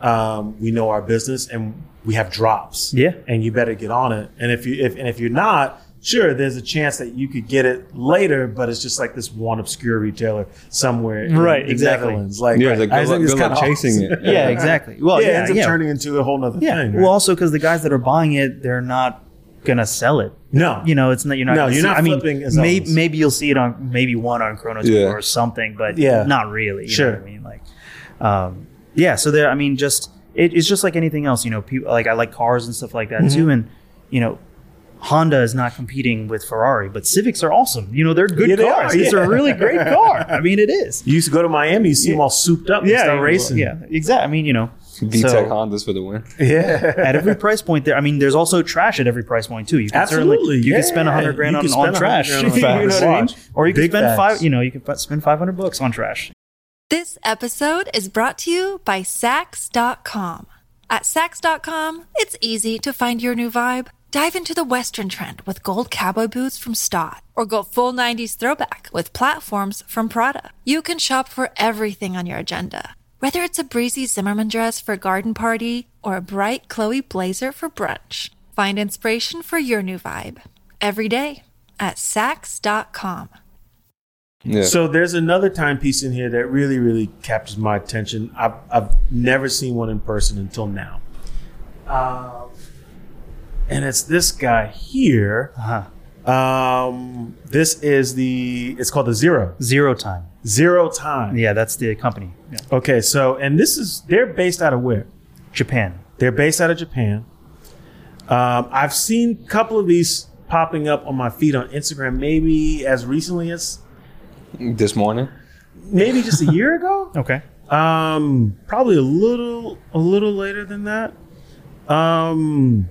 Speaker 1: Um, we know our business, and we have drops.
Speaker 2: Yeah.
Speaker 1: and you better get on it. And if you if and if you're not. Sure, there's a chance that you could get it later, but it's just like this one obscure retailer somewhere, in
Speaker 2: Right,
Speaker 1: the
Speaker 2: exactly.
Speaker 1: Netherlands. Like,
Speaker 3: Yeah, it's like,
Speaker 1: I
Speaker 3: good
Speaker 1: think
Speaker 3: luck-
Speaker 1: it's
Speaker 3: good luck
Speaker 1: kinda
Speaker 3: chasing
Speaker 1: awesome.
Speaker 3: it. Yeah.
Speaker 2: Yeah, exactly. Well,
Speaker 1: yeah,
Speaker 2: yeah,
Speaker 1: it ends up
Speaker 2: yeah.
Speaker 1: turning into a whole nother
Speaker 2: Yeah.
Speaker 1: thing. right?
Speaker 2: Well, also because the guys that are buying it, they're not gonna sell it.
Speaker 1: no,
Speaker 2: You know, it's not. You're not.
Speaker 1: No,
Speaker 2: gonna
Speaker 1: you're
Speaker 2: see-
Speaker 1: not
Speaker 2: I
Speaker 1: flipping
Speaker 2: mean,
Speaker 1: as
Speaker 2: may,
Speaker 1: always.
Speaker 2: maybe you'll see it on maybe one on Chrono
Speaker 3: Yeah.
Speaker 2: Tour or something, but
Speaker 1: Yeah.
Speaker 2: yeah, not really. You
Speaker 1: Sure.
Speaker 2: Know what I mean, like, um, yeah. So there. I mean, just it, it's just like anything else. You know, people like I like cars and stuff like that
Speaker 1: Mm-hmm.
Speaker 2: too, and you know. Honda is not competing with Ferrari, but Civics are awesome. You know, they're good
Speaker 1: Yeah, they
Speaker 2: cars.
Speaker 1: are,
Speaker 2: It's
Speaker 1: yeah.
Speaker 2: a really great car. I mean, it is.
Speaker 1: You used to go to Miami, you see them all souped up and start
Speaker 2: you-
Speaker 1: racing.
Speaker 2: Yeah, exactly. I mean, you know,
Speaker 3: VTEC
Speaker 2: so-
Speaker 3: Hondas for the win.
Speaker 1: yeah.
Speaker 2: at every price point there. I mean, there's also trash at every price point too. You can
Speaker 1: Absolutely,
Speaker 2: certainly you
Speaker 1: yeah.
Speaker 2: can spend hundred grand
Speaker 1: You
Speaker 2: on,
Speaker 1: can
Speaker 2: on
Speaker 1: spend
Speaker 2: trash. you know
Speaker 1: $100
Speaker 2: what
Speaker 1: on
Speaker 3: facts.
Speaker 2: I mean?
Speaker 1: Watch.
Speaker 2: Or you can
Speaker 1: Big
Speaker 2: spend
Speaker 1: facts.
Speaker 2: five. You know, you can fu- spend five hundred bucks on trash.
Speaker 4: This episode is brought to you by Sax.com. At Sax.com, it's easy to find your new vibe. Dive into the Western trend with gold cowboy boots from Stott, or go full 90s throwback with platforms from Prada. You can shop for everything on your agenda. Whether it's a breezy Zimmerman dress for a garden party or a bright Chloe blazer for brunch, find inspiration for your new vibe every day at Sax.com.
Speaker 3: Yeah.
Speaker 1: So there's another timepiece in here that really, really captures my attention. I've, I've never seen one in person until now. Uh, and it's this guy here.
Speaker 2: Uh-huh.
Speaker 1: Um, this is the, it's called the Zero.
Speaker 2: Zero time.
Speaker 1: Zero Time.
Speaker 2: Yeah, that's the company. Yeah.
Speaker 1: Okay, so, and this is, they're based out of where?
Speaker 2: Japan.
Speaker 1: They're based out of Japan. Um, I've seen a couple of these popping up on my feed on Instagram, maybe as recently as
Speaker 3: This morning.
Speaker 1: maybe just a year ago.
Speaker 2: Okay.
Speaker 1: Um, probably a little a little later than that. Um,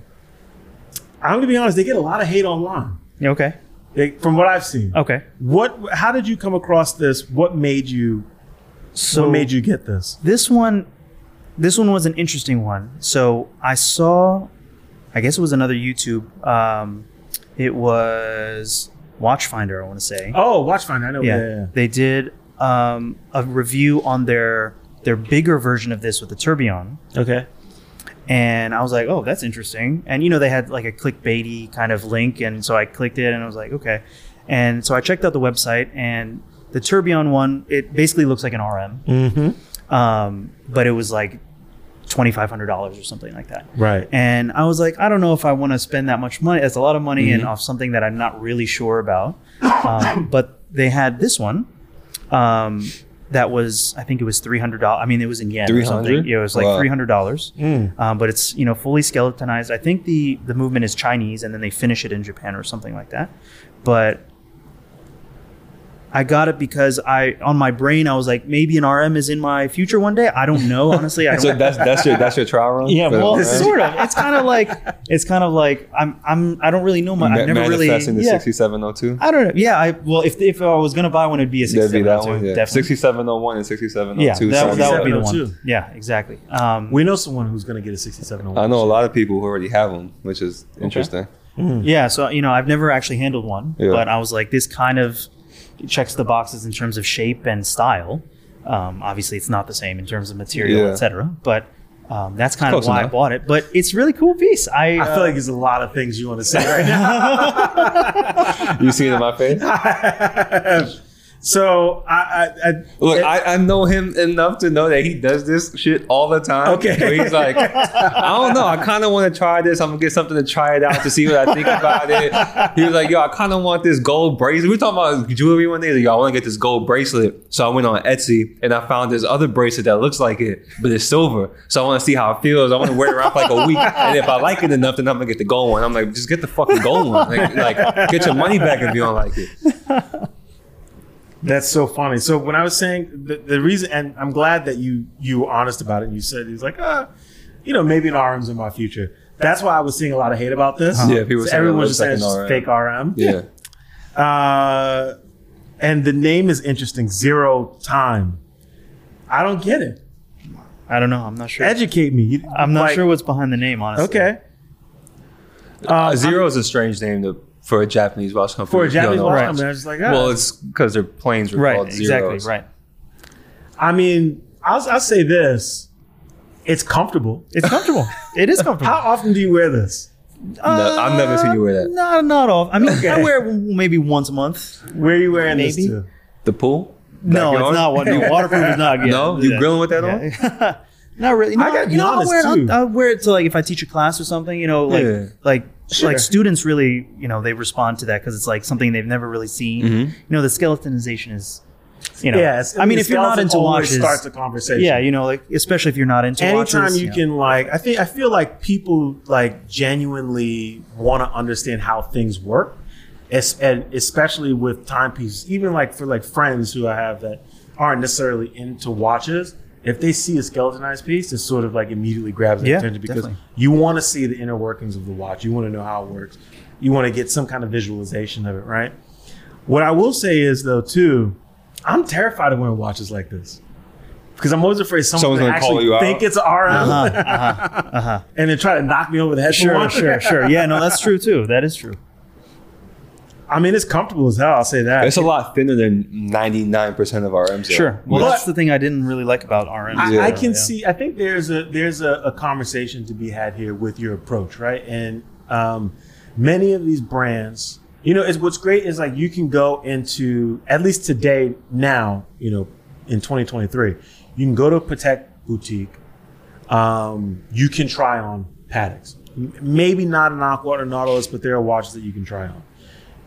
Speaker 1: I'm gonna be honest; they get a lot of hate online,
Speaker 2: Yeah, Okay.
Speaker 1: they, from what I've seen.
Speaker 2: Okay.
Speaker 1: What? How did you come across this? What made you?
Speaker 2: So
Speaker 1: what made you get this?
Speaker 2: this one this one was an interesting one so i saw i guess it was another youtube um, it was watchfinder i want to say
Speaker 1: Oh, watch find. I know. Yeah. yeah,
Speaker 2: they did um, a review on their their bigger version of this with the tourbillon
Speaker 1: yeah. Okay.
Speaker 2: and I was like, "Oh, that's interesting." And you know, they had like a clickbaity kind of link, and so I clicked it, and I was like, "Okay." And so I checked out the website, and the Turbion one, it basically looks like an RM, mm-hmm. um, but it was like twenty five hundred dollars or something like that.
Speaker 1: Right.
Speaker 2: And I was like, I don't know if I want to spend that much money. That's a lot of money, and off something that I'm not really sure about. Um, but they had this one. Um, that was, I think it was three hundred dollars. I mean, it was in yen or something.
Speaker 3: 300?
Speaker 2: Yeah, it was like
Speaker 3: Wow.
Speaker 2: three hundred dollars. Um, but it's you know fully skeletonized. I think the the movement is Chinese, and then they finish it in Japan or something like that. But I got it because I on my brain I was like, maybe an RM is in my future one day. I don't know. Honestly, I don't
Speaker 3: So that's that's your that's your trial run.
Speaker 2: yeah,
Speaker 3: For the
Speaker 2: well,
Speaker 3: RM?
Speaker 2: sort of. It's kind of like it's kind of like I'm I'm I don't really know much.
Speaker 3: Ma-
Speaker 2: I've never really
Speaker 3: manifesting the
Speaker 2: yeah.
Speaker 3: 6702.
Speaker 2: I don't know. Yeah, I well if if I was gonna buy one, it'd be a
Speaker 3: That'd be
Speaker 2: sixty-seven. oh
Speaker 3: that one. Yeah.
Speaker 2: Definitely.
Speaker 3: 6701 and 6702.
Speaker 2: Yeah, that,
Speaker 3: sounds
Speaker 2: that would be
Speaker 3: like-
Speaker 2: the one.
Speaker 1: 6702.
Speaker 2: Yeah, exactly.
Speaker 3: Hmm.
Speaker 2: Um,
Speaker 1: We know someone who's gonna get a 6701.
Speaker 3: I know a lot of people who already have them, which is interesting.
Speaker 2: yeah, so you know, I've never actually handled one,
Speaker 3: Yeah.
Speaker 2: but I was like, this kind of checks the boxes in terms of shape and style. Um, obviously, it's not the same in terms of material,
Speaker 3: Yeah.
Speaker 2: etc. But um, that's kind
Speaker 3: Close
Speaker 2: of why
Speaker 3: enough.
Speaker 2: I bought it. But it's really cool piece. I,
Speaker 1: I
Speaker 2: uh,
Speaker 1: feel like there's a lot of things you want to say right now.
Speaker 3: You see it in my face?
Speaker 1: So I, I, I
Speaker 3: Look,
Speaker 1: it-
Speaker 3: I, I know him enough to know that he does this shit all the time.
Speaker 1: Okay.
Speaker 3: Where he's like, I don't know. I kind of want to try this. I'm going to get something to try it out to see what I think about it. He was like, yo, I kind of want this gold bracelet. We were talking about jewelry one day. He's like, yo, I want to get this gold bracelet. So I went on Etsy and I found this other bracelet that looks like it, but it's silver. So I want to see how it feels. I want to wear it around for like a week. And if I like it enough, then I'm going to get the gold one. I'm like, just get the fucking gold one. Like, like get your money back if you don't like it.
Speaker 1: That's so funny. So when I was saying the, the reason, and I'm glad that you you were honest about it. And you said he's like, ah, you know, maybe an RM's in my future. That's why I was seeing a lot of hate about this.
Speaker 3: Yeah, people
Speaker 1: so
Speaker 3: saying it
Speaker 1: everyone
Speaker 3: looks
Speaker 1: just saying
Speaker 3: like
Speaker 1: it's just
Speaker 3: an
Speaker 1: fake RM.
Speaker 3: Yeah.
Speaker 1: Uh, and the name is interesting. Zero time. I don't get it.
Speaker 2: I don't know. I'm not sure.
Speaker 1: Educate me. You-
Speaker 2: I'm not
Speaker 1: like,
Speaker 2: sure what's behind the name, honestly.
Speaker 1: Okay.
Speaker 3: Uh, Zero is a strange name to, for a Japanese watch company.
Speaker 1: For a
Speaker 3: if you don't
Speaker 1: Japanese
Speaker 3: know
Speaker 1: watch
Speaker 3: why.
Speaker 1: company, I was just like, ah.
Speaker 3: Well, it's because their planes were
Speaker 2: Right.
Speaker 3: called
Speaker 2: Exactly.
Speaker 3: Zeros.
Speaker 2: Right.
Speaker 1: I mean, I'll, I'll say this. It's comfortable.
Speaker 2: It's comfortable. it is comfortable.
Speaker 1: How often do you wear this?
Speaker 3: No, I've never seen you wear that.
Speaker 2: Not, not off. I mean, I
Speaker 1: Okay.
Speaker 2: wear it maybe once a month.
Speaker 1: Where are you wearing this
Speaker 2: Maybe.
Speaker 1: to?
Speaker 3: The pool?
Speaker 2: No,
Speaker 3: Backyard?
Speaker 2: it's not one. No, waterproof is not. Yeah,
Speaker 3: No? You
Speaker 2: yeah.
Speaker 3: grilling with that on?
Speaker 2: Yeah. not really. No,
Speaker 1: I gotta be
Speaker 2: you know, I'll
Speaker 1: honest,
Speaker 2: wear, it,
Speaker 1: too.
Speaker 2: I'll, I'll wear it to like if I teach a class or something. You know, like
Speaker 3: Yeah.
Speaker 2: like
Speaker 1: Sure.
Speaker 2: like students really, you know, they respond to that because it's like something they've never really seen.
Speaker 3: Mm-hmm.
Speaker 2: You know, the skeletonization is, you know,
Speaker 1: Yeah, it's-
Speaker 2: I mean,
Speaker 1: the
Speaker 2: if you're not
Speaker 1: skeleton
Speaker 2: into
Speaker 1: always
Speaker 2: watches,
Speaker 1: starts a conversation.
Speaker 2: yeah, you know, like especially if you're not into
Speaker 1: anytime
Speaker 2: watches,
Speaker 1: you
Speaker 2: know.
Speaker 1: can like i think i feel like people like genuinely want to understand how things work es- and especially with timepieces even like for like friends who i have that aren't necessarily into watches if they see a skeletonized piece it sort of like immediately grabs their
Speaker 2: Yeah,
Speaker 1: attention because
Speaker 2: definitely.
Speaker 1: you want to see the inner workings of the watch you want to know how it works you want to get some kind of visualization of it right what i will say is though too i'm terrified of wearing watches like this because I'm always afraid someone's,
Speaker 3: Someone's
Speaker 1: gonna,
Speaker 3: gonna call
Speaker 1: actually
Speaker 3: you out.
Speaker 1: think it's an RM and then try to knock me over the head. for
Speaker 2: Uh-huh, Sure,
Speaker 1: one.
Speaker 2: sure, sure. Yeah, no, that's true too. That is true.
Speaker 1: I mean, it's comfortable as hell. I'll say that.
Speaker 3: It's a lot thinner than 99% of our RMs. are.
Speaker 2: Sure. Well,
Speaker 1: But-
Speaker 2: that's the thing I didn't really like about RMs.
Speaker 1: I,
Speaker 3: Yeah.
Speaker 1: I can
Speaker 2: Yeah.
Speaker 1: see. I think there's a there's a, a conversation to be had here with your approach, right? And um, many of these brands You know, it's, what's great is like you can go into at least today now. You know, in 2023, you can go to Patek Boutique. Um, you can try on Paddocks. M- Maybe not an Aqua or Nautilus, but there are watches that you can try on.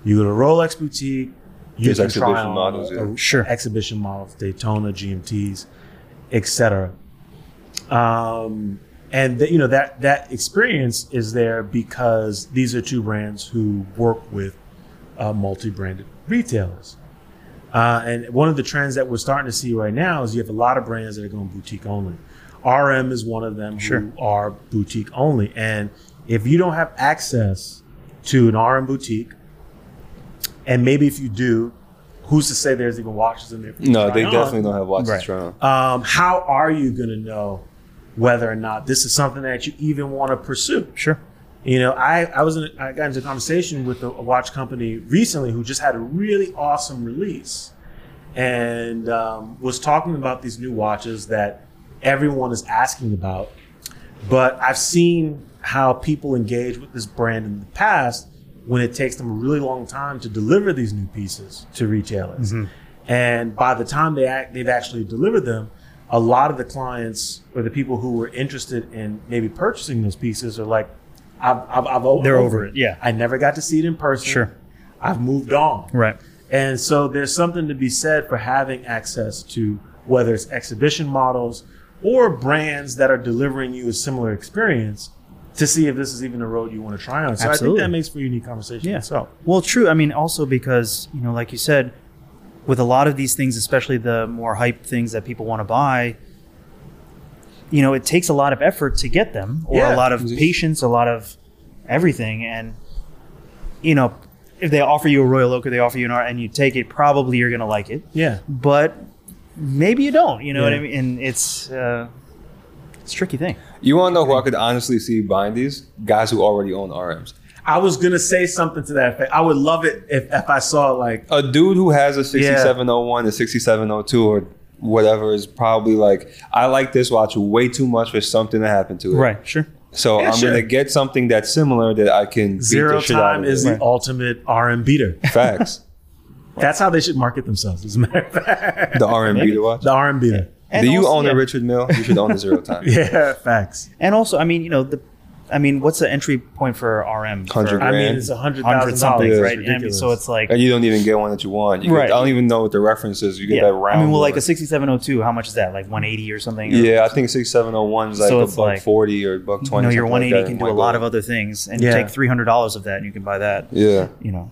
Speaker 1: You go to Rolex Boutique. You
Speaker 3: There's
Speaker 1: can try
Speaker 3: exhibition
Speaker 1: on
Speaker 3: models,
Speaker 1: a-
Speaker 3: yeah.
Speaker 1: a-
Speaker 2: Sure.
Speaker 1: exhibition models, Daytona, GMTs, etc. Um, and th- you know that that experience is there because these are two brands who work with uh, multi-branded retailers. Uh, and one of the trends that we're starting to see right now is you have a lot of brands that are going boutique only. RM is one of them
Speaker 2: Sure.
Speaker 1: who are boutique only. And if you don't have access to an RM boutique, and maybe if you do, who's to say there's even watches in there? for you to
Speaker 3: No,
Speaker 1: try
Speaker 3: they
Speaker 1: on?
Speaker 3: definitely don't have watches
Speaker 2: Right.
Speaker 3: right. around.
Speaker 1: Um, how are you going to know whether or not this is something that you even want to pursue?
Speaker 2: Sure.
Speaker 1: You know, I, I was in a, I got into a conversation with a, a watch company recently who just had a really awesome release and um, was talking about these new watches that everyone is asking about. But I've seen how people engage with this brand in the past when it takes them a really long time to deliver these new pieces to retailers.
Speaker 2: Mm-hmm.
Speaker 1: And by the time they act, they've actually delivered them, a lot of the clients or the people who were interested in maybe purchasing those pieces are like, I've, I've, I've o-
Speaker 2: They're over it, yeah.
Speaker 1: I never got to see it in person.
Speaker 2: Sure.
Speaker 1: I've moved on.
Speaker 2: Right.
Speaker 1: And so there's something to be said for having access to whether it's exhibition models or brands that are delivering you a similar experience to see if this is even a road you want to try on. So
Speaker 2: Absolutely.
Speaker 1: I think that makes for a unique conversation
Speaker 2: Yeah.
Speaker 1: itself.
Speaker 2: Well, true. I mean, also because you know, like you said, with a lot of these things, especially the more hype things that people want to buy, you know, it takes a lot of effort to get them, or
Speaker 1: Yeah.
Speaker 2: a lot of patience, a lot of everything, and you know, if they offer you a Royal Oak or they offer you an art and you take it, probably you're going to like it,
Speaker 1: Yeah.
Speaker 2: but maybe you don't. You know what I
Speaker 1: Yeah.
Speaker 2: mean? And it's uh, it's a tricky thing.
Speaker 3: You want to know who I could honestly see buying these? Guys who already own RMs.
Speaker 1: I was going to say something to that effect. I would love it if, if I saw like,
Speaker 3: A dude who has a 6701 a 6702 or whatever is probably like, I like this watch way too much for something to happen to it.
Speaker 2: Right. Sure.
Speaker 3: So
Speaker 1: Yeah,
Speaker 3: I'm
Speaker 1: sure.
Speaker 3: going to get something that's similar that I can beat
Speaker 1: zero
Speaker 3: the shit out
Speaker 1: time
Speaker 3: of
Speaker 1: is
Speaker 3: it.
Speaker 1: the ultimate RM beater.
Speaker 3: Facts.
Speaker 1: That's how they should market themselves, as a matter of fact.
Speaker 3: The RM beater watch.
Speaker 1: The RM beater.
Speaker 2: And
Speaker 3: Do you
Speaker 2: also-
Speaker 3: own
Speaker 2: yeah.
Speaker 3: a Richard Mill? You should own a zero time.
Speaker 1: Yeah, facts.
Speaker 2: And also, I mean, you know, the, I mean, what's the entry point for RM?
Speaker 3: 100
Speaker 2: For
Speaker 1: I mean,
Speaker 3: Grand.
Speaker 1: it's a hundred
Speaker 2: hundred
Speaker 1: thousand
Speaker 2: something,
Speaker 1: dollars,
Speaker 2: right? I mean, so it's like,
Speaker 3: And you don't even get one that you want. You get-
Speaker 2: Right.
Speaker 3: I don't even know what the reference is. You get
Speaker 2: yeah.
Speaker 3: that round.
Speaker 2: I mean, well, like
Speaker 3: one.
Speaker 2: a sixty-seven oh two. How much is that? Like one eighty or something? Or,
Speaker 3: Yeah, I think 6701 is like
Speaker 2: So
Speaker 3: a
Speaker 2: it's
Speaker 3: buck
Speaker 2: like-
Speaker 3: 40 or a buck 20.
Speaker 2: You know, your
Speaker 3: something
Speaker 2: one
Speaker 3: like
Speaker 2: eighty
Speaker 3: that
Speaker 2: can
Speaker 3: in
Speaker 2: do a
Speaker 3: Michael.
Speaker 2: lot of other things, and
Speaker 1: Yeah.
Speaker 2: you take three hundred dollars of that, and you can buy that.
Speaker 3: Yeah,
Speaker 2: You know,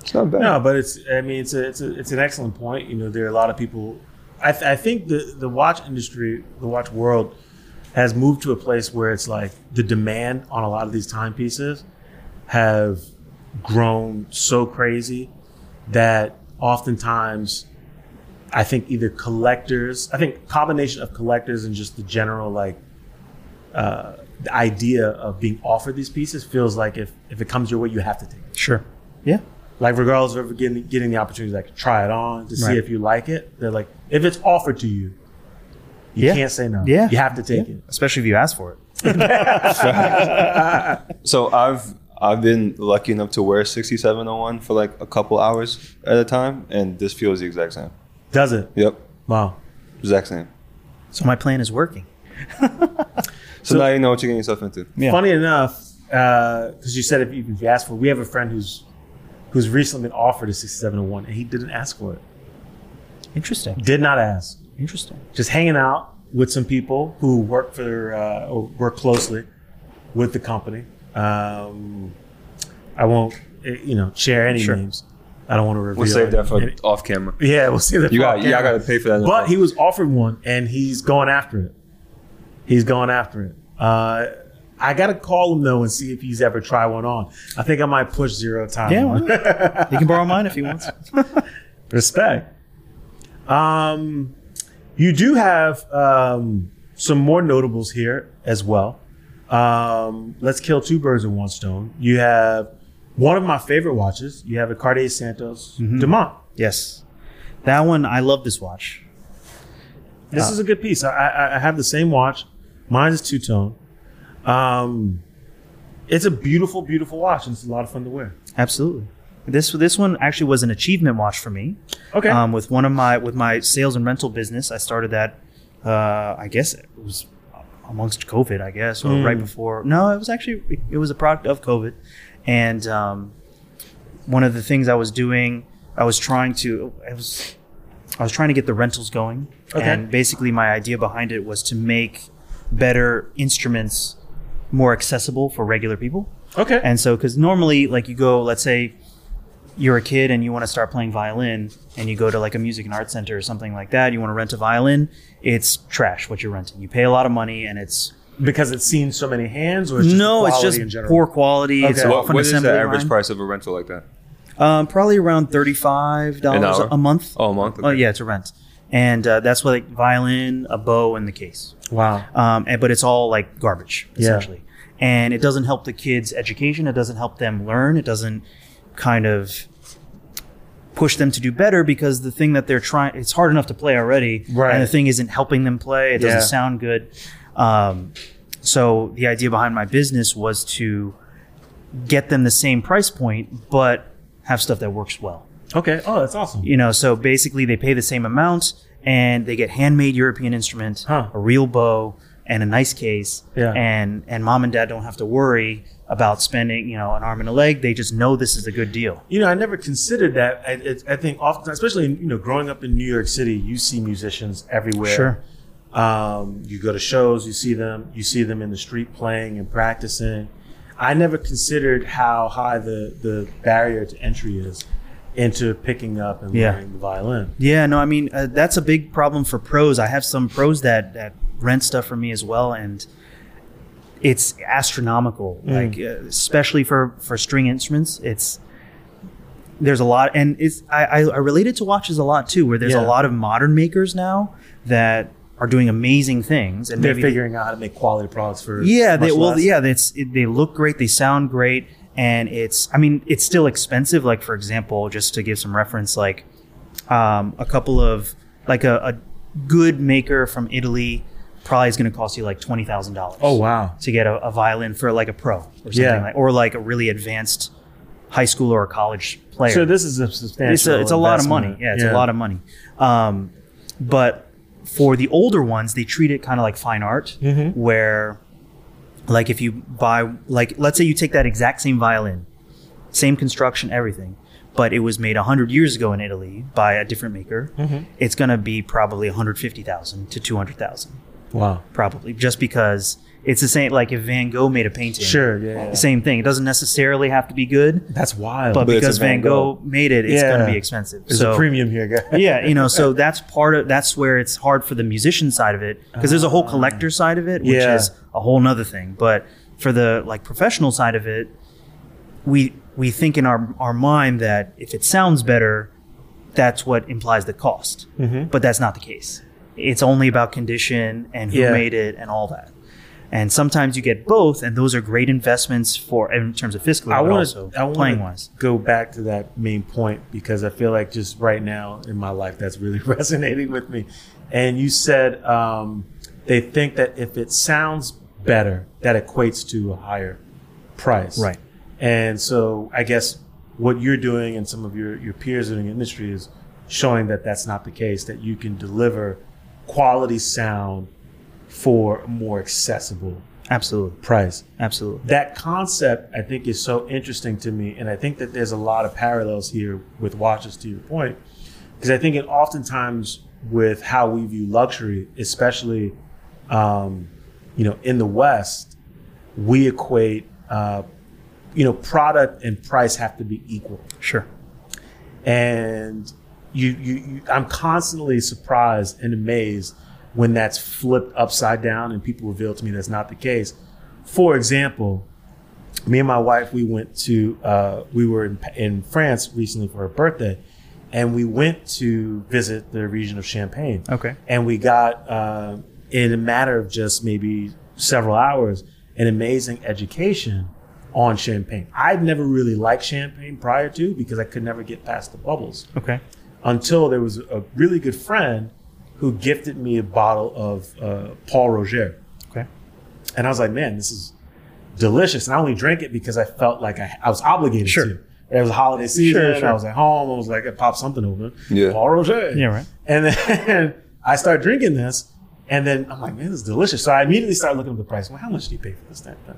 Speaker 3: it's not bad.
Speaker 1: No, but it's. I mean, it's a, it's a, it's an excellent point. You know, there are a lot of people. I, th- I think the the watch industry, the watch world, has moved to a place where it's like the demand on a lot of these timepieces have grown so crazy that oftentimes I think either collectors, I think combination of collectors and just the general like uh, the idea of being offered these pieces feels like if if it comes your way, you have to take it
Speaker 2: sure. Yeah.
Speaker 1: like regardless of getting getting the opportunity to like try it on to
Speaker 2: Right.
Speaker 1: see if you like it they're like if it's offered to you you
Speaker 2: Yeah.
Speaker 1: can't say no
Speaker 2: Yeah.
Speaker 1: you have to take
Speaker 2: Yeah.
Speaker 1: it
Speaker 2: Especially if you ask for it.
Speaker 3: So I've I've been lucky enough to wear 6701 for like a couple hours at a time, and this feels the exact same.
Speaker 1: does it
Speaker 3: Yep,
Speaker 1: wow
Speaker 3: exact same.
Speaker 2: So my plan is working.
Speaker 3: So, now you know what you're getting yourself into.
Speaker 2: Yeah.
Speaker 1: funny enough because you said if, even if you ask for it, we have a friend who's who's recently been offered a 6701 and he didn't ask for it
Speaker 2: Interesting.
Speaker 1: did not ask
Speaker 2: Interesting.
Speaker 1: just hanging out with some people who work for uh, or work closely with the company. Um, I won't, eh, you know, share any
Speaker 2: Sure.
Speaker 1: names. I don't want to reveal.
Speaker 3: We'll save that for
Speaker 1: any-
Speaker 3: off camera.
Speaker 1: yeah, we'll see that.
Speaker 3: You
Speaker 1: for
Speaker 3: got
Speaker 1: off
Speaker 3: yeah, I
Speaker 1: camera.
Speaker 3: gotta pay for that.
Speaker 1: But he was offered one, and he's going after it. He's going after it. Uh, I gotta call him though and see if he's ever tried one on. I think I might push zero time.
Speaker 2: Yeah,
Speaker 1: on.
Speaker 2: He can borrow mine if he wants.
Speaker 1: Respect. Um, you do have um, some more notables here as well. Um, let's kill two birds with one stone. You have one of my favorite watches. You have a Cartier Santos Dumont.
Speaker 2: yes. That one, I love this watch.
Speaker 1: This
Speaker 2: Uh,
Speaker 1: is a good piece. I, I, I have the same watch. Mine is two tone. Um, it's a beautiful, beautiful watch, and it's a lot of fun to wear.
Speaker 2: Absolutely. This this one actually was an achievement watch for me.
Speaker 1: Okay.
Speaker 2: Um, with one of my with my sales and rental business, I started that. Uh, I guess it was amongst COVID. I guess or right
Speaker 1: Hmm.
Speaker 2: before. No, it was actually it was a product of COVID, and um, one of the things I was doing, I was trying to I was I was trying to get the rentals going,
Speaker 1: Okay.
Speaker 2: and basically my idea behind it was to make better instruments more accessible for regular people.
Speaker 1: okay.
Speaker 2: And so, because normally, like you go, let's say you're a kid and you want to start playing violin, and you go to like a music and art center or something like that, you want to rent a violin, it's trash what you're renting. You pay a lot of money, and it's
Speaker 1: because it's seen so many hands, or it's just
Speaker 2: no,
Speaker 1: the
Speaker 2: it's
Speaker 1: quality
Speaker 2: just
Speaker 1: in general.
Speaker 2: poor quality. It's
Speaker 1: Okay.
Speaker 3: What,
Speaker 2: often
Speaker 3: what is the
Speaker 2: assembly
Speaker 3: average
Speaker 2: line.
Speaker 3: price of a rental like that?
Speaker 2: Um, probably around thirty-five
Speaker 3: An
Speaker 2: dollars
Speaker 3: hour?
Speaker 2: a month.
Speaker 3: Oh, a month.
Speaker 2: Oh yeah, to rent, and uh, that's what like violin, a bow, and the case.
Speaker 1: Wow.
Speaker 2: um, and, but it's all like garbage
Speaker 1: Yeah.
Speaker 2: essentially and it doesn't help the kids education it doesn't help them learn it doesn't kind of push them to do better because the thing that they're trying it's hard enough to play already
Speaker 1: Right.
Speaker 2: and the thing isn't helping them play it doesn't
Speaker 1: Yeah.
Speaker 2: sound good um, so the idea behind my business was to get them the same price point but have stuff that works well
Speaker 1: Okay. Oh, that's awesome.
Speaker 2: you know so basically they pay the same amount and they get handmade european instrument
Speaker 1: Huh.
Speaker 2: a real bow and a nice case
Speaker 1: Yeah.
Speaker 2: and and mom and dad don't have to worry about spending you know an arm and a leg they just know this is a good deal
Speaker 1: You know, I never considered that. I, it, I think often, especially you know, growing up in New York City, you see musicians everywhere. Um, you go to shows, you see them, you see them in the street playing and practicing. I never considered how high the the barrier to entry is into picking up and
Speaker 2: Yeah.
Speaker 1: learning the violin.
Speaker 2: yeah no i mean uh, that's a big problem for pros i have some pros that that rent stuff from me as well and it's astronomical
Speaker 1: Mm.
Speaker 2: like uh, especially for for string instruments it's there's a lot and it's I, I, I relate it to watches a lot too where there's
Speaker 1: Yeah.
Speaker 2: a lot of modern makers now that are doing amazing things and
Speaker 1: They're
Speaker 2: maybe-
Speaker 1: figuring out how to make quality products for
Speaker 2: yeah they
Speaker 1: much
Speaker 2: well
Speaker 1: less.
Speaker 2: yeah that's it, they look great they sound great and it's i mean it's still expensive like for example just to give some reference like um, a couple of like a, a good maker from italy probably is going to cost you like $20000
Speaker 1: Oh wow.
Speaker 2: to get a, a violin for like a pro or something
Speaker 1: Yeah.
Speaker 2: like or like a really advanced high school or college player.
Speaker 1: So this is a substantial.
Speaker 2: it's a, it's a lot of
Speaker 1: investment.
Speaker 2: money. Yeah, it's a lot of money. Um, but for the older ones, they treat it kind of like fine art,
Speaker 1: Mhm.
Speaker 2: where like if you buy like let's say you take that exact same violin, same construction, everything. But it was made 100 years ago in Italy by a different maker.
Speaker 1: Mm-hmm.
Speaker 2: It's going to be probably 150,000 to 200,000
Speaker 1: Wow.
Speaker 2: probably just because it's the same like if van gogh made a painting
Speaker 1: Sure. Yeah. yeah.
Speaker 2: same thing it doesn't necessarily have to be good
Speaker 1: That's wild.
Speaker 2: but,
Speaker 3: But it's a
Speaker 2: because van
Speaker 3: Van
Speaker 2: gogh, made it it's
Speaker 1: Yeah.
Speaker 2: going to be expensive
Speaker 1: There's
Speaker 2: so
Speaker 1: a premium here, guy.
Speaker 2: yeah you know so that's part of that's where it's hard for the musician side of it because there's a whole collector side of it which
Speaker 1: Yeah.
Speaker 2: is a whole nother thing but for the like professional side of it we we think in our our mind that if it sounds better that's what implies the cost
Speaker 1: Mm-hmm.
Speaker 2: but that's not the case it's only about condition and who
Speaker 1: Yeah.
Speaker 2: made it and all that and sometimes you get both and those are great investments for in terms of fiscally
Speaker 1: I
Speaker 2: but
Speaker 1: want
Speaker 2: also
Speaker 1: to. I
Speaker 2: playing
Speaker 1: want
Speaker 2: wise
Speaker 1: to go back to that main point because I feel like just right now in my life that's really resonating with me. And you said um, they think that if it sounds better, that equates to a higher price,
Speaker 2: Right.
Speaker 1: And so I guess what you're doing and some of your your peers in the industry is showing that that's not the case. That you can deliver quality sound for a more accessible
Speaker 2: absolutely
Speaker 1: price
Speaker 2: absolutely
Speaker 1: that concept I think is so interesting to me, and I think that there's a lot of parallels here with watches. To your point, because I think it oftentimes with how we view luxury, especially um, you know in the West, we equate uh, you know product and price have to be equal,
Speaker 2: sure
Speaker 1: and you, you, you I'm constantly surprised and amazed when that's flipped upside down and people reveal to me that's not the case. For example, me and my wife we went to uh, we were in, in France recently for her birthday, and we went to visit the region of Champagne.
Speaker 2: Okay.
Speaker 1: and we got uh, in a matter of just maybe several hours an amazing education on champagne. I'd never really liked champagne prior to because I could never get past the bubbles
Speaker 2: okay
Speaker 1: until there was a really good friend who gifted me a bottle of uh, Paul Roger.
Speaker 2: okay
Speaker 1: And I was like, man, this is delicious. And I only drank it because I felt like I, I was obligated
Speaker 2: Sure.
Speaker 1: to. It was a holiday season.
Speaker 2: Sure, sure.
Speaker 1: I was at home. I was like, I popped something open.
Speaker 3: Yeah.
Speaker 1: Paul Roger.
Speaker 2: Yeah, right.
Speaker 1: And then I start drinking this, and then I'm like, man, this is delicious. So I immediately start looking at the price. Well, how much do you pay for this thing? I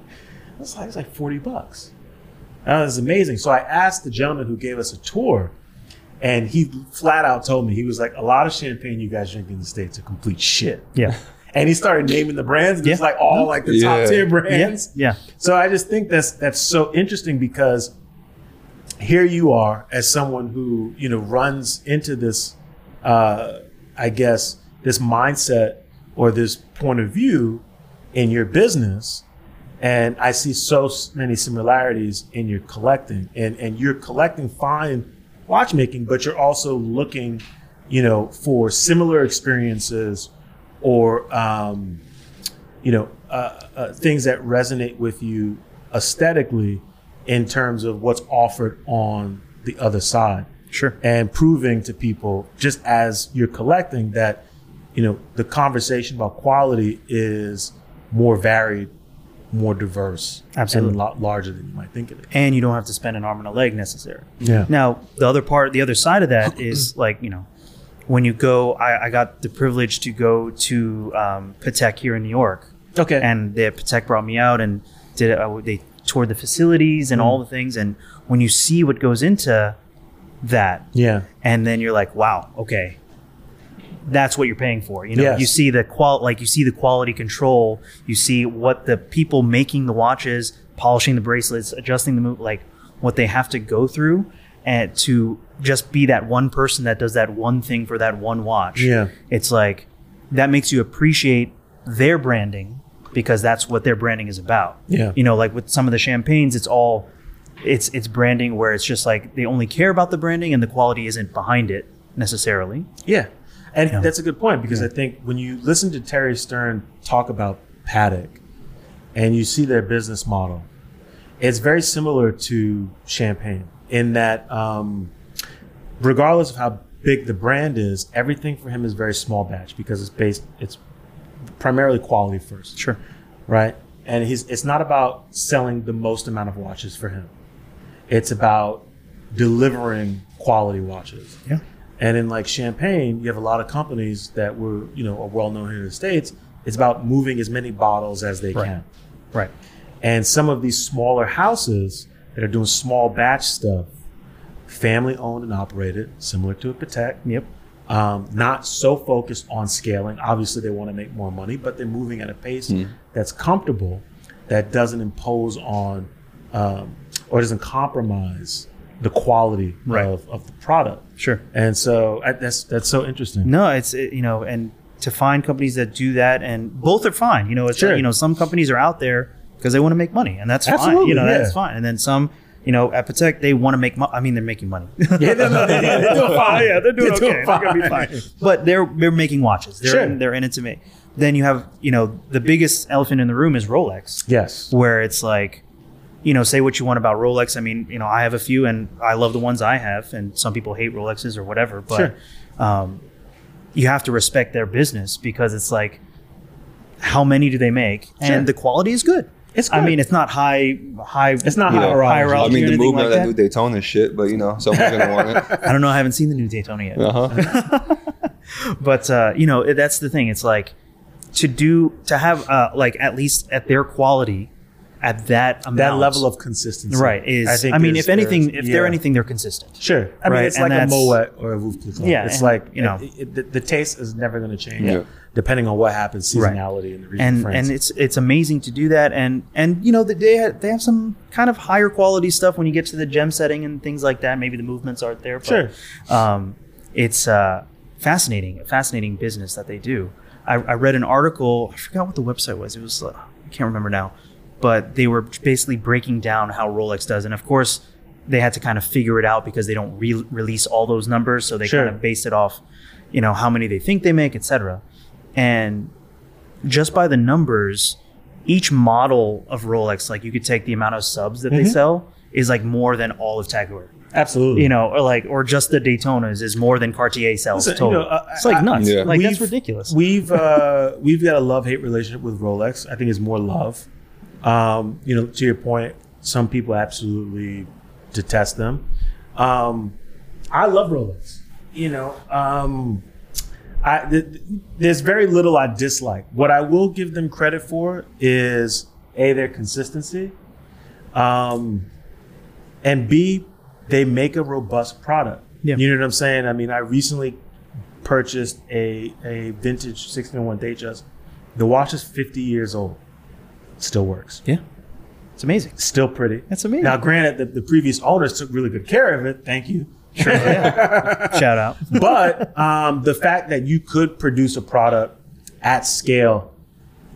Speaker 1: was like, it's like 40 bucks. That was amazing. So I asked the gentleman who gave us a tour, and he flat out told me, he was like, a lot of champagne you guys drink in the States are complete shit.
Speaker 2: Yeah.
Speaker 1: And he started naming the brands, and it's
Speaker 2: Yeah.
Speaker 1: like all like the
Speaker 3: Yeah.
Speaker 1: top tier brands.
Speaker 2: Yeah.
Speaker 1: So I just think that's that's so interesting because here you are as someone who you know runs into this, uh, I guess this mindset or this point of view in your business, and I see so s- many similarities in your collecting and and you're collecting fine watchmaking, but you're also looking, you know, for similar experiences or. Um, you know, uh, uh, things that resonate with you aesthetically in terms of what's offered on the other side.
Speaker 2: Sure.
Speaker 1: And proving to people, just as you're collecting, that, you know, the conversation about quality is more varied, more diverse,
Speaker 2: Absolutely.
Speaker 1: and a lot larger than you might think it is.
Speaker 2: and you don't have to spend an arm and a leg necessarily.
Speaker 1: Yeah.
Speaker 2: Now, the other part, the other side of that is like, you know, when you go, I, I got the privilege to go to um, Patek here in New York.
Speaker 1: Okay.
Speaker 2: And the Patek brought me out and did uh, they toured the facilities and all the things. And when you see what goes into that,
Speaker 1: yeah.
Speaker 2: and then you're like, wow, okay, that's what you're paying for. You know,
Speaker 1: Yes.
Speaker 2: you see the qual like you see the quality control, you see what the people making the watches, polishing the bracelets, adjusting the move, like what they have to go through, and to just be that one person that does that one thing for that one watch.
Speaker 1: Yeah.
Speaker 2: it's like that makes you appreciate their branding because that's what their branding is about.
Speaker 1: Yeah.
Speaker 2: you know, like with some of the champagnes, it's all it's it's branding where it's just like they only care about the branding and the quality isn't behind it necessarily.
Speaker 1: Yeah. And
Speaker 2: Yeah.
Speaker 1: that's a good point because I think when you listen to Terry Stern talk about Paddock and you see their business model, it's very similar to Champagne in that, um, regardless of how big the brand is, everything for him is very small batch because it's based, it's primarily quality first
Speaker 2: Sure.
Speaker 1: right? And he's it's not about selling the most amount of watches for him. It's about delivering quality watches.
Speaker 2: Yeah.
Speaker 1: And in like champagne, you have a lot of companies that were, you know, are well known here in the States. It's about moving as many bottles as they
Speaker 2: Right.
Speaker 1: can.
Speaker 2: Right.
Speaker 1: And some of these smaller houses that are doing small batch stuff, family owned and operated, similar to a Patek,
Speaker 2: Yep.
Speaker 1: um, not so focused on scaling. Obviously, they want to make more money, but they're moving at a pace
Speaker 2: Hmm.
Speaker 1: that's comfortable, that doesn't impose on um, or doesn't compromise the quality
Speaker 2: Right.
Speaker 1: of, of the product.
Speaker 2: Sure.
Speaker 1: And so I, that's that's so interesting.
Speaker 2: No, it's it, you know, and to find companies that do that, and both are fine. You know, it's
Speaker 1: Sure.
Speaker 2: you know, some companies are out there because they want to make money, and that's fine.
Speaker 1: Absolutely,
Speaker 2: You know,
Speaker 1: yeah.
Speaker 2: that's fine. And then some, you know, at Patek, they want to make. Mo- I mean, they're making money.
Speaker 1: Yeah, they're, they're, they're doing fine.
Speaker 2: yeah, they're doing
Speaker 1: They're
Speaker 2: okay.
Speaker 1: doing
Speaker 2: They're gonna be
Speaker 1: fine.
Speaker 2: fine. But they're they're making watches. They're
Speaker 1: Sure.
Speaker 2: in, they're in it to make. Then you have you know the biggest elephant in the room is Rolex.
Speaker 1: Yes.
Speaker 2: where it's like, you know, say what you want about Rolex. I mean, you know, I have a few and I love the ones I have, and some people hate Rolexes or whatever, but
Speaker 1: Sure.
Speaker 2: um, you have to respect their business because it's like, how many do they make?
Speaker 1: Sure.
Speaker 2: And the quality is good.
Speaker 1: It's
Speaker 2: I
Speaker 1: good.
Speaker 2: mean, it's not high, high.
Speaker 1: It's not
Speaker 3: You
Speaker 1: high
Speaker 3: know,
Speaker 1: horology.
Speaker 2: higher
Speaker 3: I
Speaker 2: up.
Speaker 3: mean, the
Speaker 2: anything
Speaker 3: movement
Speaker 2: like
Speaker 3: of that
Speaker 2: that?
Speaker 3: new Daytona shit, but you know, someone's gonna want it.
Speaker 2: I don't know. I haven't seen the new Daytona yet.
Speaker 3: Uh
Speaker 1: Uh-huh.
Speaker 3: huh.
Speaker 2: but uh, you know it- that's the thing it's like to do to have uh, like at least at their quality at that amount,
Speaker 1: That level of consistency.
Speaker 2: right is i, mean if anything if they're anything they're consistent
Speaker 1: Sure. I mean,
Speaker 2: Right,
Speaker 1: it's
Speaker 2: and
Speaker 1: like a
Speaker 2: that's-
Speaker 1: Moet or a Veuve Clicquot.
Speaker 2: Yeah,
Speaker 1: It's
Speaker 2: and,
Speaker 1: like,
Speaker 2: you know.
Speaker 1: it- it- the, the taste is never going to change
Speaker 3: Yeah.
Speaker 1: depending on what happens,
Speaker 2: Right.
Speaker 1: seasonality in the region. of
Speaker 2: and
Speaker 1: France.
Speaker 2: and it's it's amazing to do that and and you know that they have, they have some kind of higher quality stuff when you get to the gem setting and things like that maybe the movements aren't there but
Speaker 1: Sure.
Speaker 2: um, it's uh, fascinating a fascinating business that they do I, I read an article I forgot what the website was it was uh, I can't remember now but they were basically breaking down how Rolex does and of course they had to kind of figure it out because they don't re- release all those numbers so they
Speaker 1: Sure.
Speaker 2: kind of base it off you know how many they think they make etc and just by the numbers, each model of Rolex, like you could take the amount of subs that
Speaker 1: Mm-hmm.
Speaker 2: they sell, is like more than all of Tag Heuer.
Speaker 1: absolutely.
Speaker 2: You know, or like, or just the Daytonas is more than Cartier sells
Speaker 1: Listen, you
Speaker 2: total.
Speaker 1: know, I-
Speaker 2: it's like
Speaker 1: I-
Speaker 2: nuts.
Speaker 3: Yeah.
Speaker 2: Like that's
Speaker 1: We've-
Speaker 2: ridiculous.
Speaker 1: We've uh, we've got a love hate relationship with Rolex. I think it's more love. Um, you know, to your point, some people absolutely to test them. Um, I love Rolex. You know, um, I th- th- there's very little I dislike. What I will give them credit for is a their consistency, um, and b they make a robust product.
Speaker 2: Yeah.
Speaker 1: You know what I'm saying? I mean, I recently purchased a a vintage 1601 Datejust. The watch is 50 years old. Still works
Speaker 2: Yeah, it's amazing.
Speaker 1: still pretty.
Speaker 2: That's amazing.
Speaker 1: Now, granted, the, the previous owners took really good care of it. Thank you.
Speaker 2: Sure. yeah. Shout out.
Speaker 1: But um, the fact that you could produce a product at scale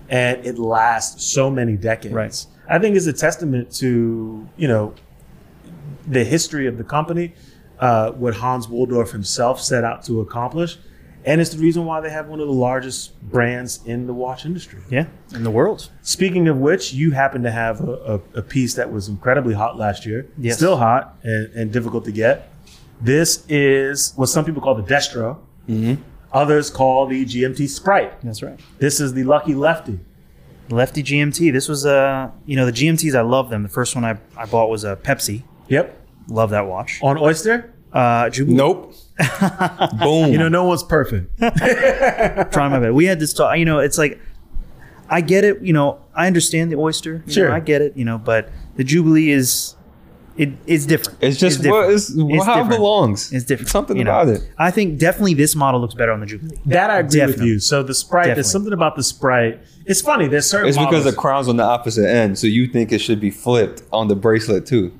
Speaker 1: and it lasts so many decades,
Speaker 2: Right.
Speaker 1: I think is a testament to you know the history of the company, uh, what Hans Woldorf himself set out to accomplish, and it's the reason why they have one of the largest brands in the watch industry.
Speaker 2: Yeah, in the world.
Speaker 1: Speaking of which, you happen to have a, a, a piece that was incredibly hot last year,
Speaker 2: Yes.
Speaker 1: still hot and, and difficult to get. This is what some people call the Destro,
Speaker 3: Mm-hmm.
Speaker 1: others call the GMT Sprite.
Speaker 2: That's right.
Speaker 1: This is the Lucky Lefty.
Speaker 2: Lefty GMT. This was a you know the GMTs. I love them. The first one I, I bought was a Pepsi.
Speaker 1: Yep.
Speaker 2: Love that watch.
Speaker 1: On Oyster,
Speaker 2: Uh, Jubilee.
Speaker 3: Nope. Boom.
Speaker 1: you know, no one's perfect.
Speaker 2: trying my best. We had this talk. You know, it's like I get it. You know, I understand the oyster. you
Speaker 1: Sure.
Speaker 2: know, I get it. You know, but the Jubilee is it is different.
Speaker 3: it's just
Speaker 2: different.
Speaker 3: what is
Speaker 2: It's
Speaker 3: how it
Speaker 2: different.
Speaker 3: belongs.
Speaker 2: It's different.
Speaker 3: Something
Speaker 2: you know.
Speaker 3: about it.
Speaker 2: I think definitely this model looks better on the Jubilee.
Speaker 1: That I agree with
Speaker 2: Definitely.
Speaker 1: you. So the Sprite,
Speaker 2: Definitely.
Speaker 1: there's something about the Sprite. It's funny. There's certain
Speaker 3: It's because the
Speaker 1: models-
Speaker 3: crown's on the opposite end, so you think it should be flipped on the bracelet too.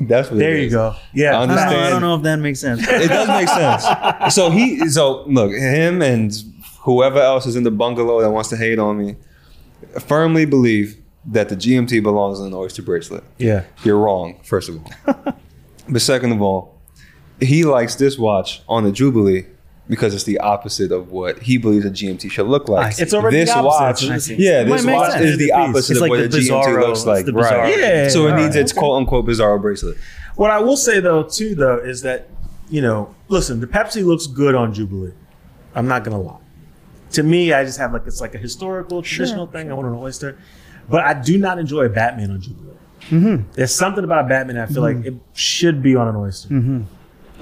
Speaker 3: That's what. it
Speaker 1: there you
Speaker 3: is.
Speaker 1: go. Yeah,
Speaker 3: I
Speaker 2: I don't, know, I
Speaker 3: Understand.
Speaker 2: don't know if that makes sense.
Speaker 3: It does make sense. So he, so look, him and whoever else is in the bungalow that wants to hate on me, firmly believe that the GMT belongs in an oyster bracelet.
Speaker 1: yeah.
Speaker 3: You're wrong, first of all. but second of all, he likes this watch on the Jubilee because it's the opposite of what he believes a GMT should look
Speaker 2: I
Speaker 3: like.
Speaker 2: see.
Speaker 1: It's already
Speaker 3: this
Speaker 1: the
Speaker 3: watch,
Speaker 1: opposite.
Speaker 2: I see.
Speaker 3: yeah,
Speaker 1: It
Speaker 3: this
Speaker 1: might make
Speaker 3: watch
Speaker 1: sense.
Speaker 3: is the
Speaker 1: It's a piece.
Speaker 3: opposite
Speaker 2: It's
Speaker 3: of
Speaker 2: like
Speaker 3: what
Speaker 2: the
Speaker 3: a GMT
Speaker 2: Bizarro-
Speaker 3: looks
Speaker 2: it's
Speaker 3: like,
Speaker 2: the
Speaker 3: right?
Speaker 2: Bizarro.
Speaker 1: Yeah,
Speaker 3: so it
Speaker 1: all
Speaker 3: needs
Speaker 1: right.
Speaker 3: its quote unquote bizarro bracelet.
Speaker 1: What I will say though, too, though, is that you know, listen, the Pepsi looks good on Jubilee. I'm not gonna lie. To me, I just have like it's like a historical traditional thing. I want an oyster, but I do not enjoy a Batman on Jubilee.
Speaker 2: Mm-hmm.
Speaker 1: There's something about Batman I feel like it should be on an oyster.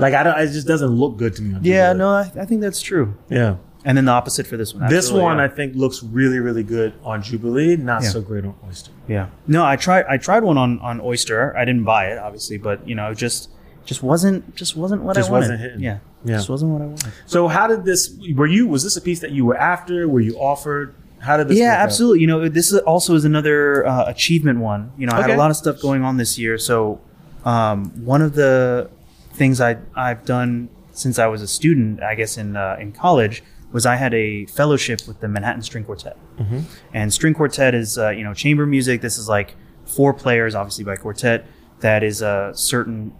Speaker 1: Like I don't, it just doesn't look good to me. On
Speaker 2: Mm-hmm. Yeah,
Speaker 1: Jubilee.
Speaker 2: no, I, I think that's true.
Speaker 1: yeah.
Speaker 2: And then the opposite for this one.
Speaker 1: This
Speaker 2: Absolutely,
Speaker 1: one
Speaker 2: yeah.
Speaker 1: I think looks really, really good on Jubilee. Not
Speaker 2: Yeah.
Speaker 1: so great on oyster.
Speaker 2: Yeah. No, I tried. I tried one on on Oyster. I didn't buy it, obviously, but you know, it just just wasn't just wasn't what
Speaker 1: Just
Speaker 2: I wanted.
Speaker 1: wasn't hitting.
Speaker 2: Yeah.
Speaker 1: Yeah.
Speaker 2: Just wasn't what I wanted.
Speaker 1: So how did this? Were you? Was this a piece that you were after? Were you offered? How did this?
Speaker 2: yeah,
Speaker 1: work out?
Speaker 2: absolutely. You know, this is also is another uh, achievement one. You know, I had a
Speaker 1: Okay.
Speaker 2: lot of stuff going on this year, so um, one of the things I I've done since I was a student, I guess in uh, in college, was I had a fellowship with the Manhattan String Quartet,
Speaker 1: Mm-hmm.
Speaker 2: and string quartet is uh, you know chamber music. This is like four players, obviously by quartet. That is a certain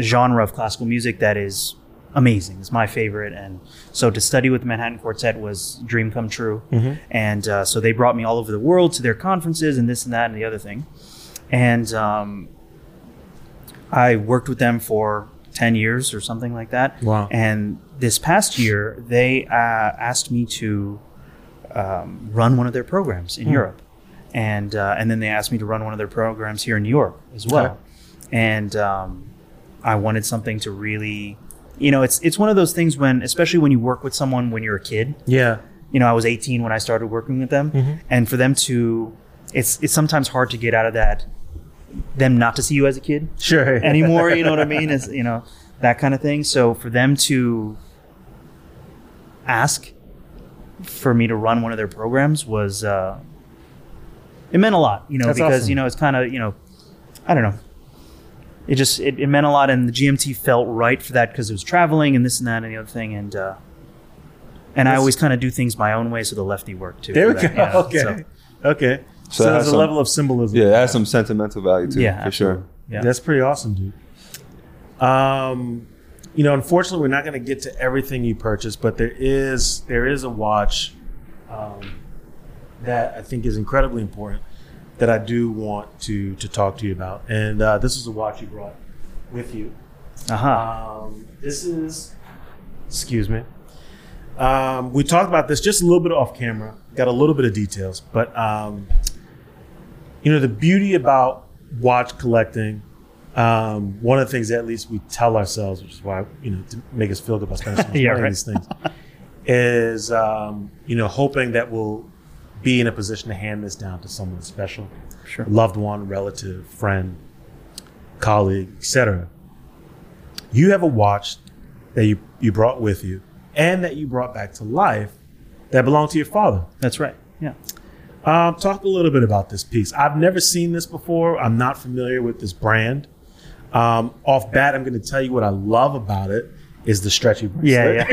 Speaker 2: genre of classical music that is amazing. It's my favorite, and so to study with Manhattan Quartet was dream come true. And uh, so they brought me all over the world to their conferences and this and that and the other thing. And um, I worked with them for ten years or something like that.
Speaker 1: Wow.
Speaker 2: And this past year, they uh, asked me to um, run one of their programs in Europe, and uh, and then they asked me to run one of their programs here in New York as well.
Speaker 1: Okay.
Speaker 2: And um, I wanted something to really, you know, it's it's one of those things when, especially when you work with someone when you're a kid.
Speaker 1: Yeah.
Speaker 2: You know, I was 18 when I started working with them, and for them to, it's it's sometimes hard to get out of that, them not to see you as a kid
Speaker 1: Sure.
Speaker 2: anymore. you know what I mean? It's you know that kind of thing. So for them to ask for me to run one of their programs was uh, it meant a lot. You know
Speaker 1: That's
Speaker 2: because
Speaker 1: awesome.
Speaker 2: you know it's kind of you know I don't know. It just it, it meant a lot, and the GMT felt right for that because it was traveling and this and that and the other thing, and uh, and I
Speaker 1: That's-
Speaker 2: always kind of do things my own way, so the lefty worked too.
Speaker 1: There
Speaker 2: for
Speaker 1: we go.
Speaker 2: that, you know,
Speaker 1: okay.
Speaker 2: so,
Speaker 1: Okay. So,
Speaker 3: So that
Speaker 1: there's
Speaker 3: has
Speaker 1: a
Speaker 3: some-
Speaker 1: level of symbolism.
Speaker 3: Yeah, it has some sentimental value too,
Speaker 2: yeah,
Speaker 3: for sure.
Speaker 2: Yeah.
Speaker 1: That's pretty awesome, dude. Um, you know, unfortunately, we're not going to get to everything you purchased, but there is there is a watch um, that I think is incredibly important that I do want to to talk to you about, and uh, this is a watch you brought with you.
Speaker 2: Uh-huh.
Speaker 1: Um, this is, excuse me. Um, we talked about this just a little bit off camera, got a little bit of details, but um, you know, the beauty about watch collecting um, one of the things that at least we tell ourselves, which is why you know to make us feel good about spending so much
Speaker 2: Yeah,
Speaker 1: money on
Speaker 2: right.
Speaker 1: these things, is um, you know hoping that we'll be in a position to hand this down to someone special,
Speaker 2: Sure.
Speaker 1: loved one, relative, friend, colleague, etc. You have a watch that you you brought with you and that you brought back to life that belonged to your father.
Speaker 2: That's right. Yeah.
Speaker 1: Um, talk a little bit about this piece. I've never seen this before. I'm not familiar with this brand. Um, off bat, I'm going to tell you what I love about it is the stretchy bracelet.
Speaker 2: Yeah, yeah.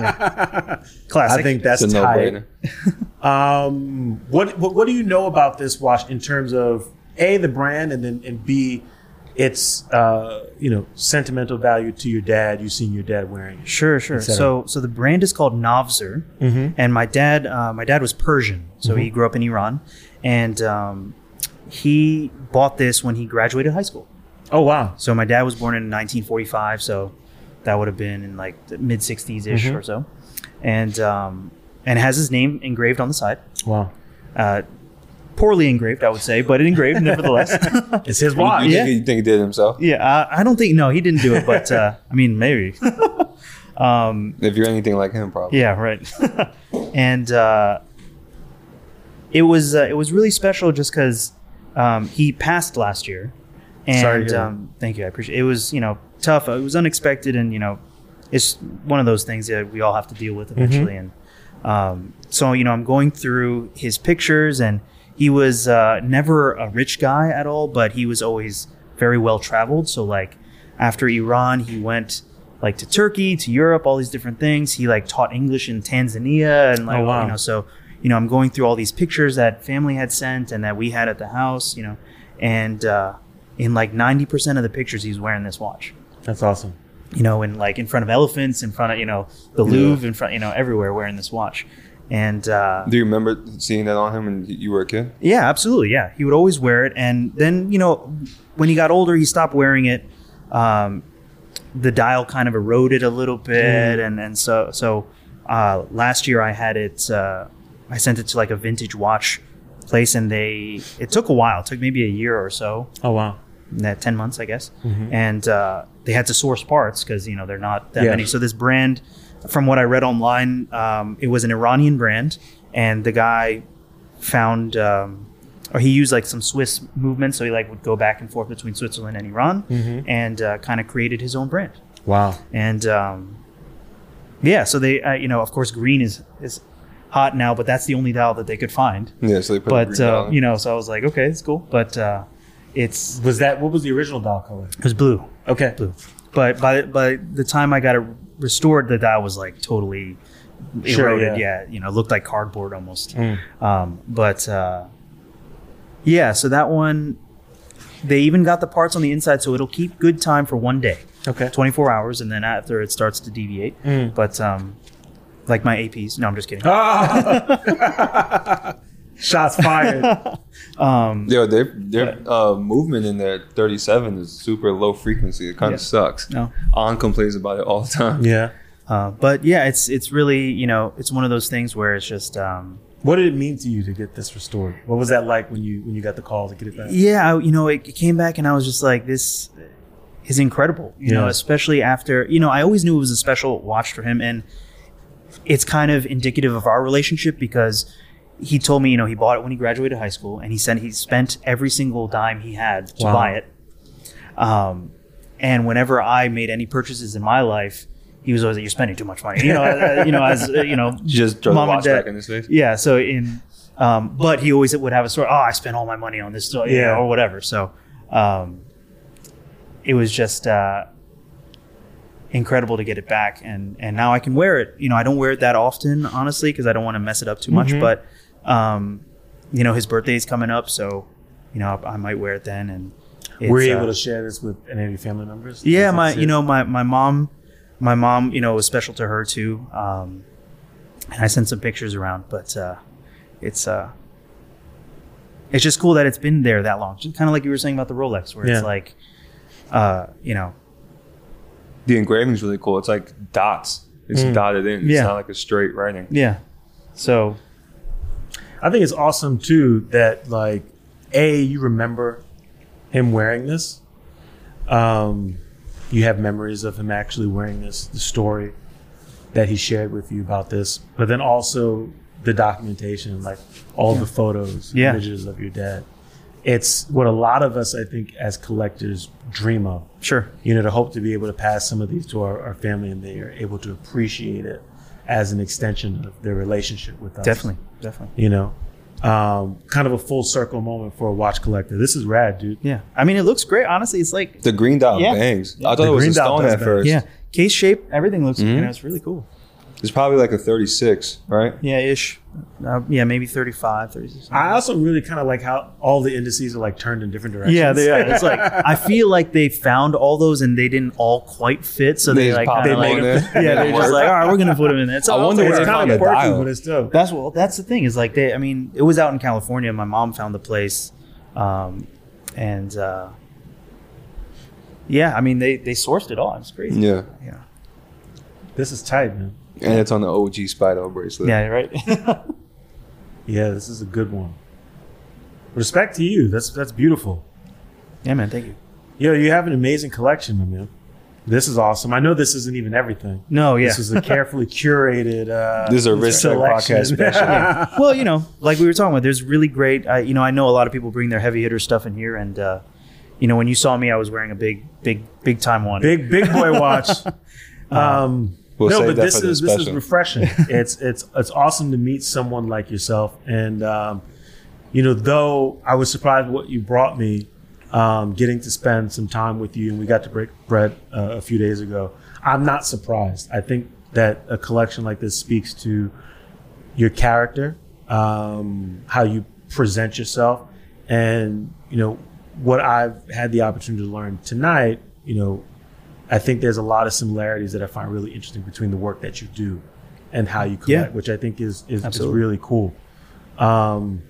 Speaker 2: Yeah. Classic.
Speaker 1: I think that's
Speaker 3: It's a
Speaker 1: tight.
Speaker 3: no-brainer.
Speaker 1: Um, what, what what do you know about this watch in terms of a the brand and then and b its uh, you know sentimental value to your dad? You've seen your dad wearing it.
Speaker 2: Sure, sure.
Speaker 1: cetera.
Speaker 2: So, so the brand is called Navzer, and my dad, uh, my dad was Persian, so he grew up in Iran, and um, he bought this when he graduated high school.
Speaker 1: Oh wow,
Speaker 2: So my dad was born in 1945, so that would have been in like the mid 60s ish or so, and um, and it has his name engraved on the side,
Speaker 1: wow!
Speaker 2: uh, poorly engraved, I would say, but engraved nevertheless.
Speaker 1: It's his
Speaker 3: You,
Speaker 1: watch.
Speaker 3: think,
Speaker 2: Ah, Yeah.
Speaker 3: you think he did it himself?
Speaker 2: yeah, I, I don't think no, he didn't do it, but uh, I mean maybe. um,
Speaker 3: If you're anything like him, probably.
Speaker 2: Yeah, right. and uh, it was uh, it was really special just because um, he passed last year, and
Speaker 1: Sorry to hear that.
Speaker 2: um, thank you, I appreciate. It was you know tough. It was unexpected, and you know it's one of those things that we all have to deal with
Speaker 1: Mm-hmm.
Speaker 2: eventually. And um, so you know I'm going through his pictures, and he was uh, never a rich guy at all, but he was always very well traveled. So like after Iran, he went like to Turkey, to Europe, all these different things. He like taught English in Tanzania and like
Speaker 1: Oh, wow.
Speaker 2: you know, so you know, I'm going through all these pictures that family had sent and that we had at the house, you know, and uh, in like 90% of the pictures, he's wearing this watch,
Speaker 1: That's awesome.
Speaker 2: you know, and like in front of elephants, in front of you know the Louvre, in front you know everywhere wearing this watch, and uh,
Speaker 3: Do you remember seeing that on him when you were a kid?
Speaker 2: yeah, absolutely. Yeah, he would always wear it, and then you know, when he got older, he stopped wearing it. Um, the dial kind of eroded a little bit, and and so so uh, last year I had it. Uh, I sent it to like a vintage watch place, and they it took a while. It took maybe a year or so,
Speaker 1: Oh wow.
Speaker 2: that ten months, I guess. And uh, they had to source parts because you know they're not that
Speaker 1: Yeah.
Speaker 2: many. So this brand, from what I read online, um, it was an Iranian brand, and the guy found um, or he used like some Swiss movement. So he like would go back and forth between Switzerland and Iran, and uh, kind of created his own brand.
Speaker 1: Wow.
Speaker 2: And um, yeah, so they uh, you know of course green is is hot now, but that's the only dial that they could find.
Speaker 3: Yeah, so they put
Speaker 2: But uh, you know, so I was like, okay, it's cool, but uh, it's
Speaker 1: Was that what was the original doll color?
Speaker 2: it was blue.
Speaker 1: Okay.
Speaker 2: blue. But by by the time I got it restored, the dial was like totally eroded.
Speaker 1: Sure, yeah.
Speaker 2: yeah. you know, it looked like cardboard almost. Um, but uh, yeah, so that one, they even got the parts on the inside, so it'll keep good time for one day,
Speaker 1: Okay.
Speaker 2: 24 hours, and then after it starts to deviate. But um, like my APs, no, I'm just kidding.
Speaker 1: Ah! Shots fired.
Speaker 2: Um,
Speaker 3: Yo, their their uh, movement in their 37 is super low frequency. It kind
Speaker 2: Yeah.
Speaker 3: of sucks.
Speaker 2: No.
Speaker 3: On complains about it all the time.
Speaker 1: yeah.
Speaker 2: uh, but yeah, it's it's really you know it's one of those things where it's just. Um,
Speaker 1: What did it mean to you to get this restored? What was that like when you when you got the call to get it back?
Speaker 2: Yeah, I, you know, it, it came back and I was just like, this is incredible. You know,
Speaker 1: Yeah.
Speaker 2: especially after, you know, I always knew it was a special watch for him. And it's kind of indicative of our relationship because he told me, you know, he bought it when he graduated high school and he said he spent every single dime he had to
Speaker 1: Wow.
Speaker 2: buy it. Um, and whenever I made any purchases in my life, he was always like, "You're spending too much money." You know, uh, you know, as uh, you know,
Speaker 3: You just throw
Speaker 2: Mom
Speaker 3: the
Speaker 2: and
Speaker 3: watch back
Speaker 2: Dad-
Speaker 3: in his face.
Speaker 2: yeah. So in, um, but he always would have a story. Oh, I spent all my money on this, story,
Speaker 1: Yeah.
Speaker 2: yeah, or whatever. So, um, it was just uh, incredible to get it back, and and now I can wear it. You know, I don't wear it that often, honestly, because I don't want to mess it up too much.
Speaker 1: Mm-hmm.
Speaker 2: But, um, you know, his birthday is coming up, so you know I, I might wear it then. And it's,
Speaker 1: Were you
Speaker 2: uh,
Speaker 1: able to share this with any of your family members?
Speaker 2: yeah,
Speaker 1: Is
Speaker 2: my
Speaker 1: this
Speaker 2: you
Speaker 1: it?
Speaker 2: know my my mom, my mom you know was special to her too. Um, and I sent some pictures around, but uh, it's uh, it's just cool that it's been there that long. Just kind of like you were saying about the Rolex, where
Speaker 1: Yeah.
Speaker 2: it's like, uh, you know,
Speaker 3: The engraving's really cool. It's like dots. It's dotted in. It's
Speaker 2: Mm. Yeah.
Speaker 3: not like a straight writing.
Speaker 2: yeah. So
Speaker 1: I think it's awesome too that like a you remember him wearing this, um, you have memories of him actually wearing this, the story that he shared with you about this, but then also the documentation, like all the photos,
Speaker 2: Yeah.
Speaker 1: images of your dad. It's what a lot of us, I think, as collectors dream of.
Speaker 2: Sure.
Speaker 1: You know, to hope to be able to pass some of these to our, our family and they are able to appreciate it as an extension of their relationship with us
Speaker 2: Definitely. Definitely.
Speaker 1: you know um, kind of a full circle moment for a watch collector this is rad dude
Speaker 2: Yeah. I mean, it looks great. Honestly, it's like
Speaker 3: The green dot
Speaker 2: Yeah.
Speaker 3: bangs. I
Speaker 1: The
Speaker 3: thought it was
Speaker 1: green
Speaker 3: a
Speaker 1: dot
Speaker 3: stone
Speaker 1: does
Speaker 3: at
Speaker 1: bang.
Speaker 3: first.
Speaker 2: yeah, case shape. Everything looks. You know, it's really cool.
Speaker 3: It's probably like a 36, right?
Speaker 2: Yeah, ish. Uh, yeah, maybe 35, 36.
Speaker 1: i also really kind of like how all the indices are like turned in different directions
Speaker 2: yeah, they are. It's like I feel like they found all those and they didn't all quite fit, so they,
Speaker 3: just
Speaker 2: like
Speaker 3: pop
Speaker 2: kinda
Speaker 3: them on
Speaker 2: like- yeah,
Speaker 3: there. Yeah,
Speaker 2: they're just
Speaker 3: word.
Speaker 2: like, all right, we're gonna put them in there. So
Speaker 3: I wonder
Speaker 1: it's
Speaker 3: where they
Speaker 1: kind
Speaker 3: found
Speaker 1: of
Speaker 3: the
Speaker 1: quirky
Speaker 3: dial.
Speaker 1: but it's dope
Speaker 2: That's well. That's the thing is like they. I mean, it was out in California. My mom found the place, um, and uh, yeah, I mean they they sourced it all. It's crazy.
Speaker 3: Yeah.
Speaker 2: yeah,
Speaker 1: this is tight man
Speaker 3: And it's on the OG Spider bracelet.
Speaker 2: yeah right.
Speaker 1: yeah this is a good one respect to you that's that's beautiful
Speaker 2: yeah, man. Thank you.
Speaker 1: yo you have an amazing collection my man this is awesome i know this isn't even everything
Speaker 2: No, yeah.
Speaker 1: this is a carefully curated uh
Speaker 3: This is a Risk Check
Speaker 1: selection.
Speaker 3: podcast special.
Speaker 2: well, you know, like we were talking about, there's really great. I, you know, I know a lot of people bring their heavy hitter stuff in here, and uh, you know, when you saw me, I was wearing a big, big, big time one.
Speaker 1: big big boy watch. Um,
Speaker 3: Uh, We'll
Speaker 1: no,
Speaker 3: save
Speaker 1: but
Speaker 3: that
Speaker 1: this
Speaker 3: for the
Speaker 1: is this is
Speaker 3: special.
Speaker 1: refreshing. it's it's it's awesome to meet someone like yourself, and um, you know, though I was surprised what you brought me, um, getting to spend some time with you, and we got to break bread uh, a few days ago. I'm not surprised. I think that a collection like this speaks to your character, um, how you present yourself, and you know what I've had the opportunity to learn tonight. You know, I think there's a lot of similarities that I find really interesting between the work that you do and how you collect,
Speaker 2: Yeah.
Speaker 1: which I think is is, is
Speaker 2: Absolutely.
Speaker 1: really cool. Um,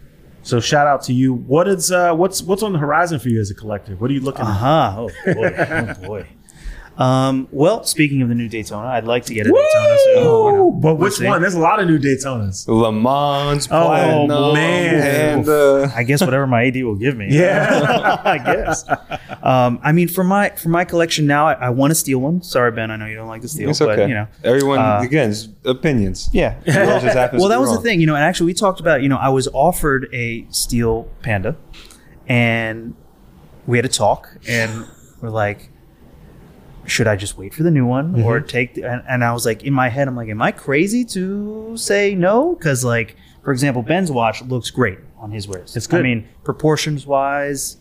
Speaker 1: so shout out to you. What is uh, what's what's on the horizon for you as a collector? What are you looking
Speaker 2: Uh
Speaker 1: at?
Speaker 2: huh. Oh boy. Oh boy. Um, well, speaking of the new Daytona, I'd like to get a Daytona. So, you know,
Speaker 1: Woo! But
Speaker 2: we'll
Speaker 1: Oh, which
Speaker 2: see.
Speaker 1: one? There's a lot of new Daytonas.
Speaker 3: Le Mans,
Speaker 1: Oh,
Speaker 3: Platinum,
Speaker 1: man.
Speaker 3: and uh,
Speaker 2: I guess whatever my AD will give me.
Speaker 1: Yeah.
Speaker 2: I guess. Um, I mean, for my for my collection now, I, I want to steal one. Sorry, Ben. I know you don't like to steal,
Speaker 3: it's
Speaker 2: but
Speaker 3: okay.
Speaker 2: you know,
Speaker 3: Everyone,
Speaker 2: uh,
Speaker 3: again, it's opinions.
Speaker 2: yeah.
Speaker 3: It all just happens
Speaker 2: well,
Speaker 3: to
Speaker 2: that
Speaker 3: be
Speaker 2: was the
Speaker 3: wrong.
Speaker 2: thing, you know. And actually, we talked about, you know, I was offered a steel panda, and we had a talk, and we're like, should I just wait for the new one
Speaker 1: Mm-hmm.
Speaker 2: or take? The, and, and I was like, in my head, I'm like, am I crazy to say no? Because like, for example, Ben's watch looks great on his wrist.
Speaker 1: It's good.
Speaker 2: I mean, proportions wise,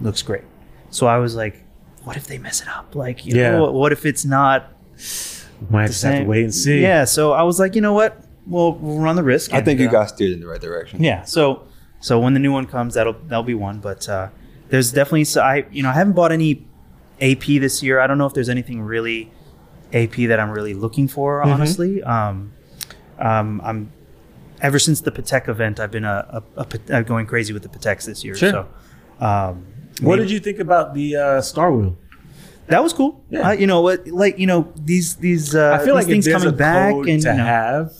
Speaker 2: looks great. So I was like, what if they mess it up? Like, you
Speaker 1: Yeah.
Speaker 2: know, what, what if it's not
Speaker 1: Might just have to
Speaker 2: same.
Speaker 1: wait and see.
Speaker 2: Yeah, so I was like, you know what? We'll, we'll run the risk.
Speaker 3: I
Speaker 2: and,
Speaker 3: think you
Speaker 2: uh,
Speaker 3: got steered in the right direction.
Speaker 2: Yeah, so so when the new one comes, that'll that'll be one. But uh, there's definitely so I you know I haven't bought any AP this year. I don't know if there's anything really AP that I'm really looking for.
Speaker 3: Mm-hmm.
Speaker 2: Honestly, um, um, I'm ever since the Patek event, I've been a, a, a, Pat- uh, going crazy with the Pateks this year.
Speaker 1: Sure.
Speaker 2: So um,
Speaker 1: What did you think about the uh, Star Wheel?
Speaker 2: that was cool.
Speaker 1: Yeah.
Speaker 2: Uh, you know what? Like you know these these uh,
Speaker 1: I feel
Speaker 2: these
Speaker 1: like
Speaker 2: things
Speaker 1: if there's
Speaker 2: coming
Speaker 1: a
Speaker 2: back
Speaker 1: code
Speaker 2: and
Speaker 1: to
Speaker 2: you know,
Speaker 1: have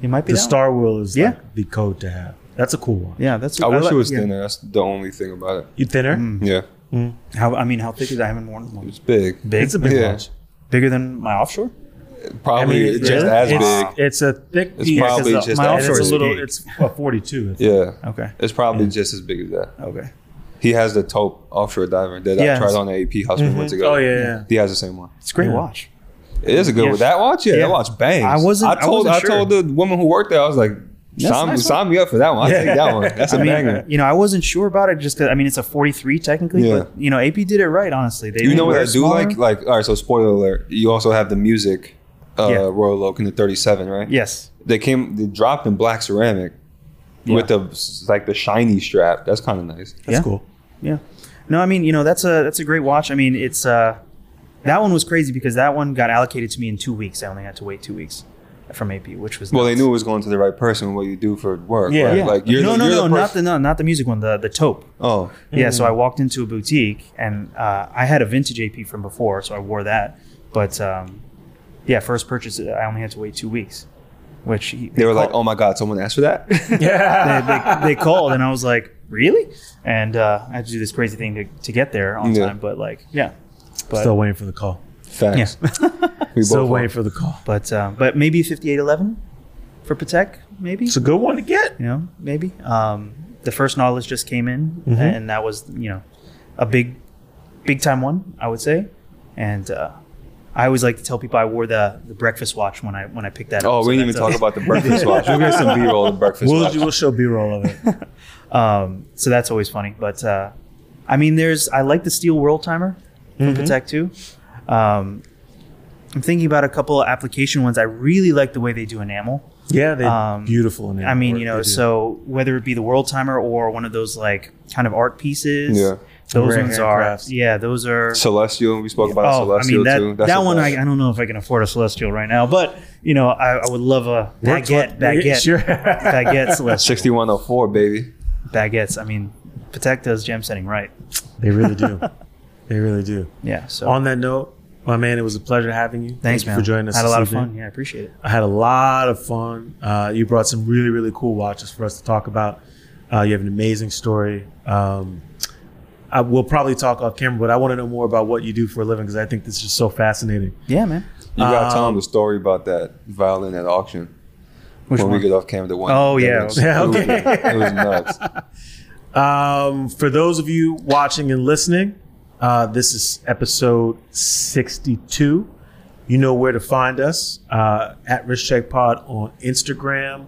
Speaker 2: it might be
Speaker 1: the
Speaker 2: that one.
Speaker 1: Star Wheel is
Speaker 2: Yeah.
Speaker 1: like the code to have. That's a cool one.
Speaker 2: Yeah, that's.
Speaker 3: I wish
Speaker 2: like-
Speaker 3: it was
Speaker 2: yeah.
Speaker 3: thinner. That's the only thing about it.
Speaker 1: You thinner?
Speaker 2: Mm.
Speaker 3: Yeah,
Speaker 2: How I mean, how thick is it? I haven't worn one.
Speaker 3: it's big.
Speaker 2: Big,
Speaker 1: It's a big
Speaker 3: Yeah.
Speaker 1: watch.
Speaker 2: bigger than my offshore.
Speaker 3: Probably
Speaker 1: it-
Speaker 3: just
Speaker 1: really?
Speaker 3: as
Speaker 1: it's,
Speaker 3: big.
Speaker 1: It's a thick.
Speaker 3: It's
Speaker 1: piece.
Speaker 3: probably
Speaker 1: It's a-
Speaker 3: just
Speaker 2: my
Speaker 3: as
Speaker 1: and it's
Speaker 2: offshore
Speaker 1: a
Speaker 2: is
Speaker 1: little.
Speaker 2: big.
Speaker 1: It's a 42. It's-
Speaker 3: Yeah,
Speaker 2: Okay.
Speaker 3: it's probably just as big as that.
Speaker 2: Okay.
Speaker 3: He has the taupe offshore diver that
Speaker 2: Yeah.
Speaker 3: I tried on the AP house
Speaker 2: Mm-hmm.
Speaker 3: we went to go.
Speaker 1: Oh yeah, yeah.
Speaker 3: He has the same one.
Speaker 2: It's a great
Speaker 1: Yeah.
Speaker 2: watch.
Speaker 3: It is a good
Speaker 2: Yeah.
Speaker 3: one. That watch, yeah,
Speaker 2: Yeah.
Speaker 3: that watch bangs.
Speaker 2: I wasn't-
Speaker 3: I
Speaker 2: I
Speaker 3: told.
Speaker 2: wasn't
Speaker 3: I,
Speaker 2: sure.
Speaker 3: told the woman who worked there. I was like,
Speaker 2: a
Speaker 3: sign,
Speaker 2: nice
Speaker 3: sign me up for that one. I will
Speaker 1: Yeah.
Speaker 3: take that one. That's a
Speaker 2: I mean, uh,
Speaker 3: banger.
Speaker 2: you know, I wasn't sure about it just because I mean, it's a 43 technically,
Speaker 3: Yeah.
Speaker 2: but you know, AP did it right. Honestly, they
Speaker 3: You know what
Speaker 2: were
Speaker 3: I do
Speaker 2: smaller.
Speaker 3: like? Like, all right, so spoiler alert. You also have the music, uh,
Speaker 2: Yeah.
Speaker 3: Royal Oak in the 37, right?
Speaker 2: Yes.
Speaker 3: They came, they dropped in black ceramic with the like the shiny strap. That's kind of nice.
Speaker 1: That's
Speaker 2: Yeah.
Speaker 1: cool.
Speaker 2: Yeah. No, I mean, you know, that's a that's a great watch. I mean, it's uh, that one was crazy because that one got allocated to me in two weeks. I only had to wait two weeks from AP, which was
Speaker 3: Well, they
Speaker 2: nuts.
Speaker 3: knew it was going to the right person. What you do for work?
Speaker 1: Yeah.
Speaker 3: right?
Speaker 1: Yeah.
Speaker 3: Like you're
Speaker 2: no,
Speaker 3: the,
Speaker 2: no,
Speaker 3: you're
Speaker 2: no,
Speaker 3: the
Speaker 2: not
Speaker 3: person-
Speaker 2: the no, not the music one, the the taupe.
Speaker 3: Oh,
Speaker 2: Yeah, so I walked into a boutique and uh, I had a vintage AP from before, so I wore that. But um, yeah, first purchase, I only had to wait two weeks. which he-
Speaker 3: They were like,
Speaker 2: called-
Speaker 3: "Oh my God, someone asked for that."
Speaker 1: Yeah.
Speaker 2: they, they, they called, and I was like, really? And uh, I had to do this crazy thing to, to get there on
Speaker 3: Yeah.
Speaker 2: time, but like, yeah. But
Speaker 1: Still waiting for the call.
Speaker 3: Facts. We
Speaker 1: Still waiting
Speaker 3: both won.
Speaker 1: for the call.
Speaker 2: but um, but maybe fifty eight eleven for Patek, maybe
Speaker 1: It's a good one to get.
Speaker 2: you know maybe um, the first Nautilus just came in,
Speaker 3: Mm-hmm.
Speaker 2: and that was you know a big big time one, I would say. And uh, I always like to tell people I wore the, the breakfast watch when I when I picked that up.
Speaker 3: Oh,
Speaker 2: so
Speaker 3: we didn't even
Speaker 2: that's
Speaker 3: talk
Speaker 2: a-
Speaker 3: about the breakfast watch. We'll get some B-roll of the breakfast
Speaker 1: We'll,
Speaker 3: watch.
Speaker 1: we'll show B-roll of it.
Speaker 2: Um, so that's always funny. But uh, I mean, there's I like the steel world timer from
Speaker 3: Mm-hmm.
Speaker 2: Patek too. Um, I'm thinking about a couple of application ones. I really like the way they do enamel.
Speaker 1: Yeah, they
Speaker 2: Um,
Speaker 1: beautiful. in
Speaker 2: I mean,
Speaker 1: Antwerp.
Speaker 2: you
Speaker 1: They
Speaker 2: know,
Speaker 1: do.
Speaker 2: so whether it be the world timer or one of those like kind of art pieces,
Speaker 3: Yeah.
Speaker 2: those
Speaker 1: Rare
Speaker 2: ones are,
Speaker 1: handcrafts.
Speaker 2: yeah, those are.
Speaker 3: Celestial. We spoke about
Speaker 2: oh, I
Speaker 3: Celestial
Speaker 2: mean that
Speaker 3: too.
Speaker 2: that
Speaker 3: a
Speaker 2: one. I,
Speaker 3: fact.
Speaker 2: I don't know if I can afford a celestial right now, but you know, I, I would love a
Speaker 1: Works
Speaker 2: baguette,
Speaker 1: well-
Speaker 2: baguette,
Speaker 1: Sure.
Speaker 2: baguette celestial,
Speaker 3: 6104, baby.
Speaker 2: baguettes. I mean, Patek does gem setting right.
Speaker 1: They really do. They really do.
Speaker 2: Yeah. So
Speaker 1: On that note, my man, it was a pleasure having you.
Speaker 2: Thanks,
Speaker 1: Thank
Speaker 2: man.
Speaker 1: you for joining us.
Speaker 2: Had a
Speaker 1: this
Speaker 2: lot of
Speaker 1: evening.
Speaker 2: fun. Yeah, I appreciate it.
Speaker 1: I had a lot of fun. Uh, you brought some really, really cool watches for us to talk about. Uh, you have an amazing story. Um, I will probably talk off camera, but I want to know more about what you do for a living because I think this is just so fascinating.
Speaker 2: Yeah, man.
Speaker 3: You gotta tell
Speaker 1: Um,
Speaker 3: them the story about that violin at auction
Speaker 2: Which
Speaker 3: when
Speaker 2: one?
Speaker 3: we get off camera. The one.
Speaker 2: Oh,
Speaker 3: that
Speaker 2: yeah.
Speaker 3: was-
Speaker 1: Yeah,
Speaker 3: it was-
Speaker 1: okay.
Speaker 3: It was nuts.
Speaker 1: Um, for those of you watching and listening, uh, this is episode 62. You know where to find us uh, at Risk Check Pod on Instagram,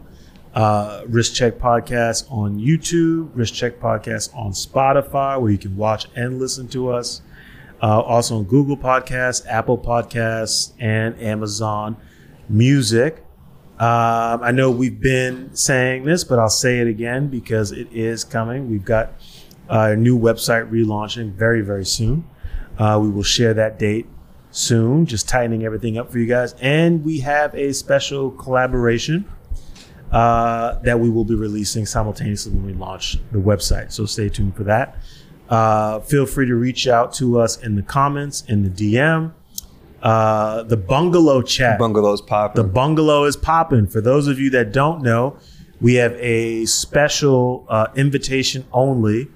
Speaker 1: uh, Risk Check Podcast on YouTube, Risk Check Podcast on Spotify, where you can watch and listen to us. Uh, also on Google Podcasts, Apple Podcasts, and Amazon Music. Um, I know we've been saying this, but I'll say it again because it is coming. We've got our new website relaunching very, very soon. Uh, we will share that date soon, just tightening everything up for you guys. And we have a special collaboration uh, that we will be releasing simultaneously when we launch the website. So stay tuned for that. Uh, feel free to reach out to us in the comments, in the DM, uh, the bungalow chat.
Speaker 3: Bungalows
Speaker 1: The
Speaker 3: popping.
Speaker 1: bungalow is popping. For those of you that don't know, we have a special uh, invitation only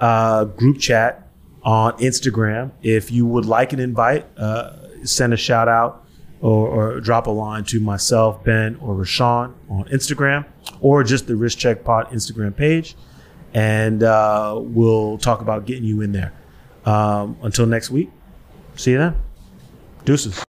Speaker 1: uh, group chat on Instagram. If you would like an invite, uh, send a shout out or, or drop a line to myself, Ben, or Rashawn on Instagram, or just the Risk Check Pod Instagram page, and uh, we'll talk about getting you in there. Um, until next week, see you then. Deuces.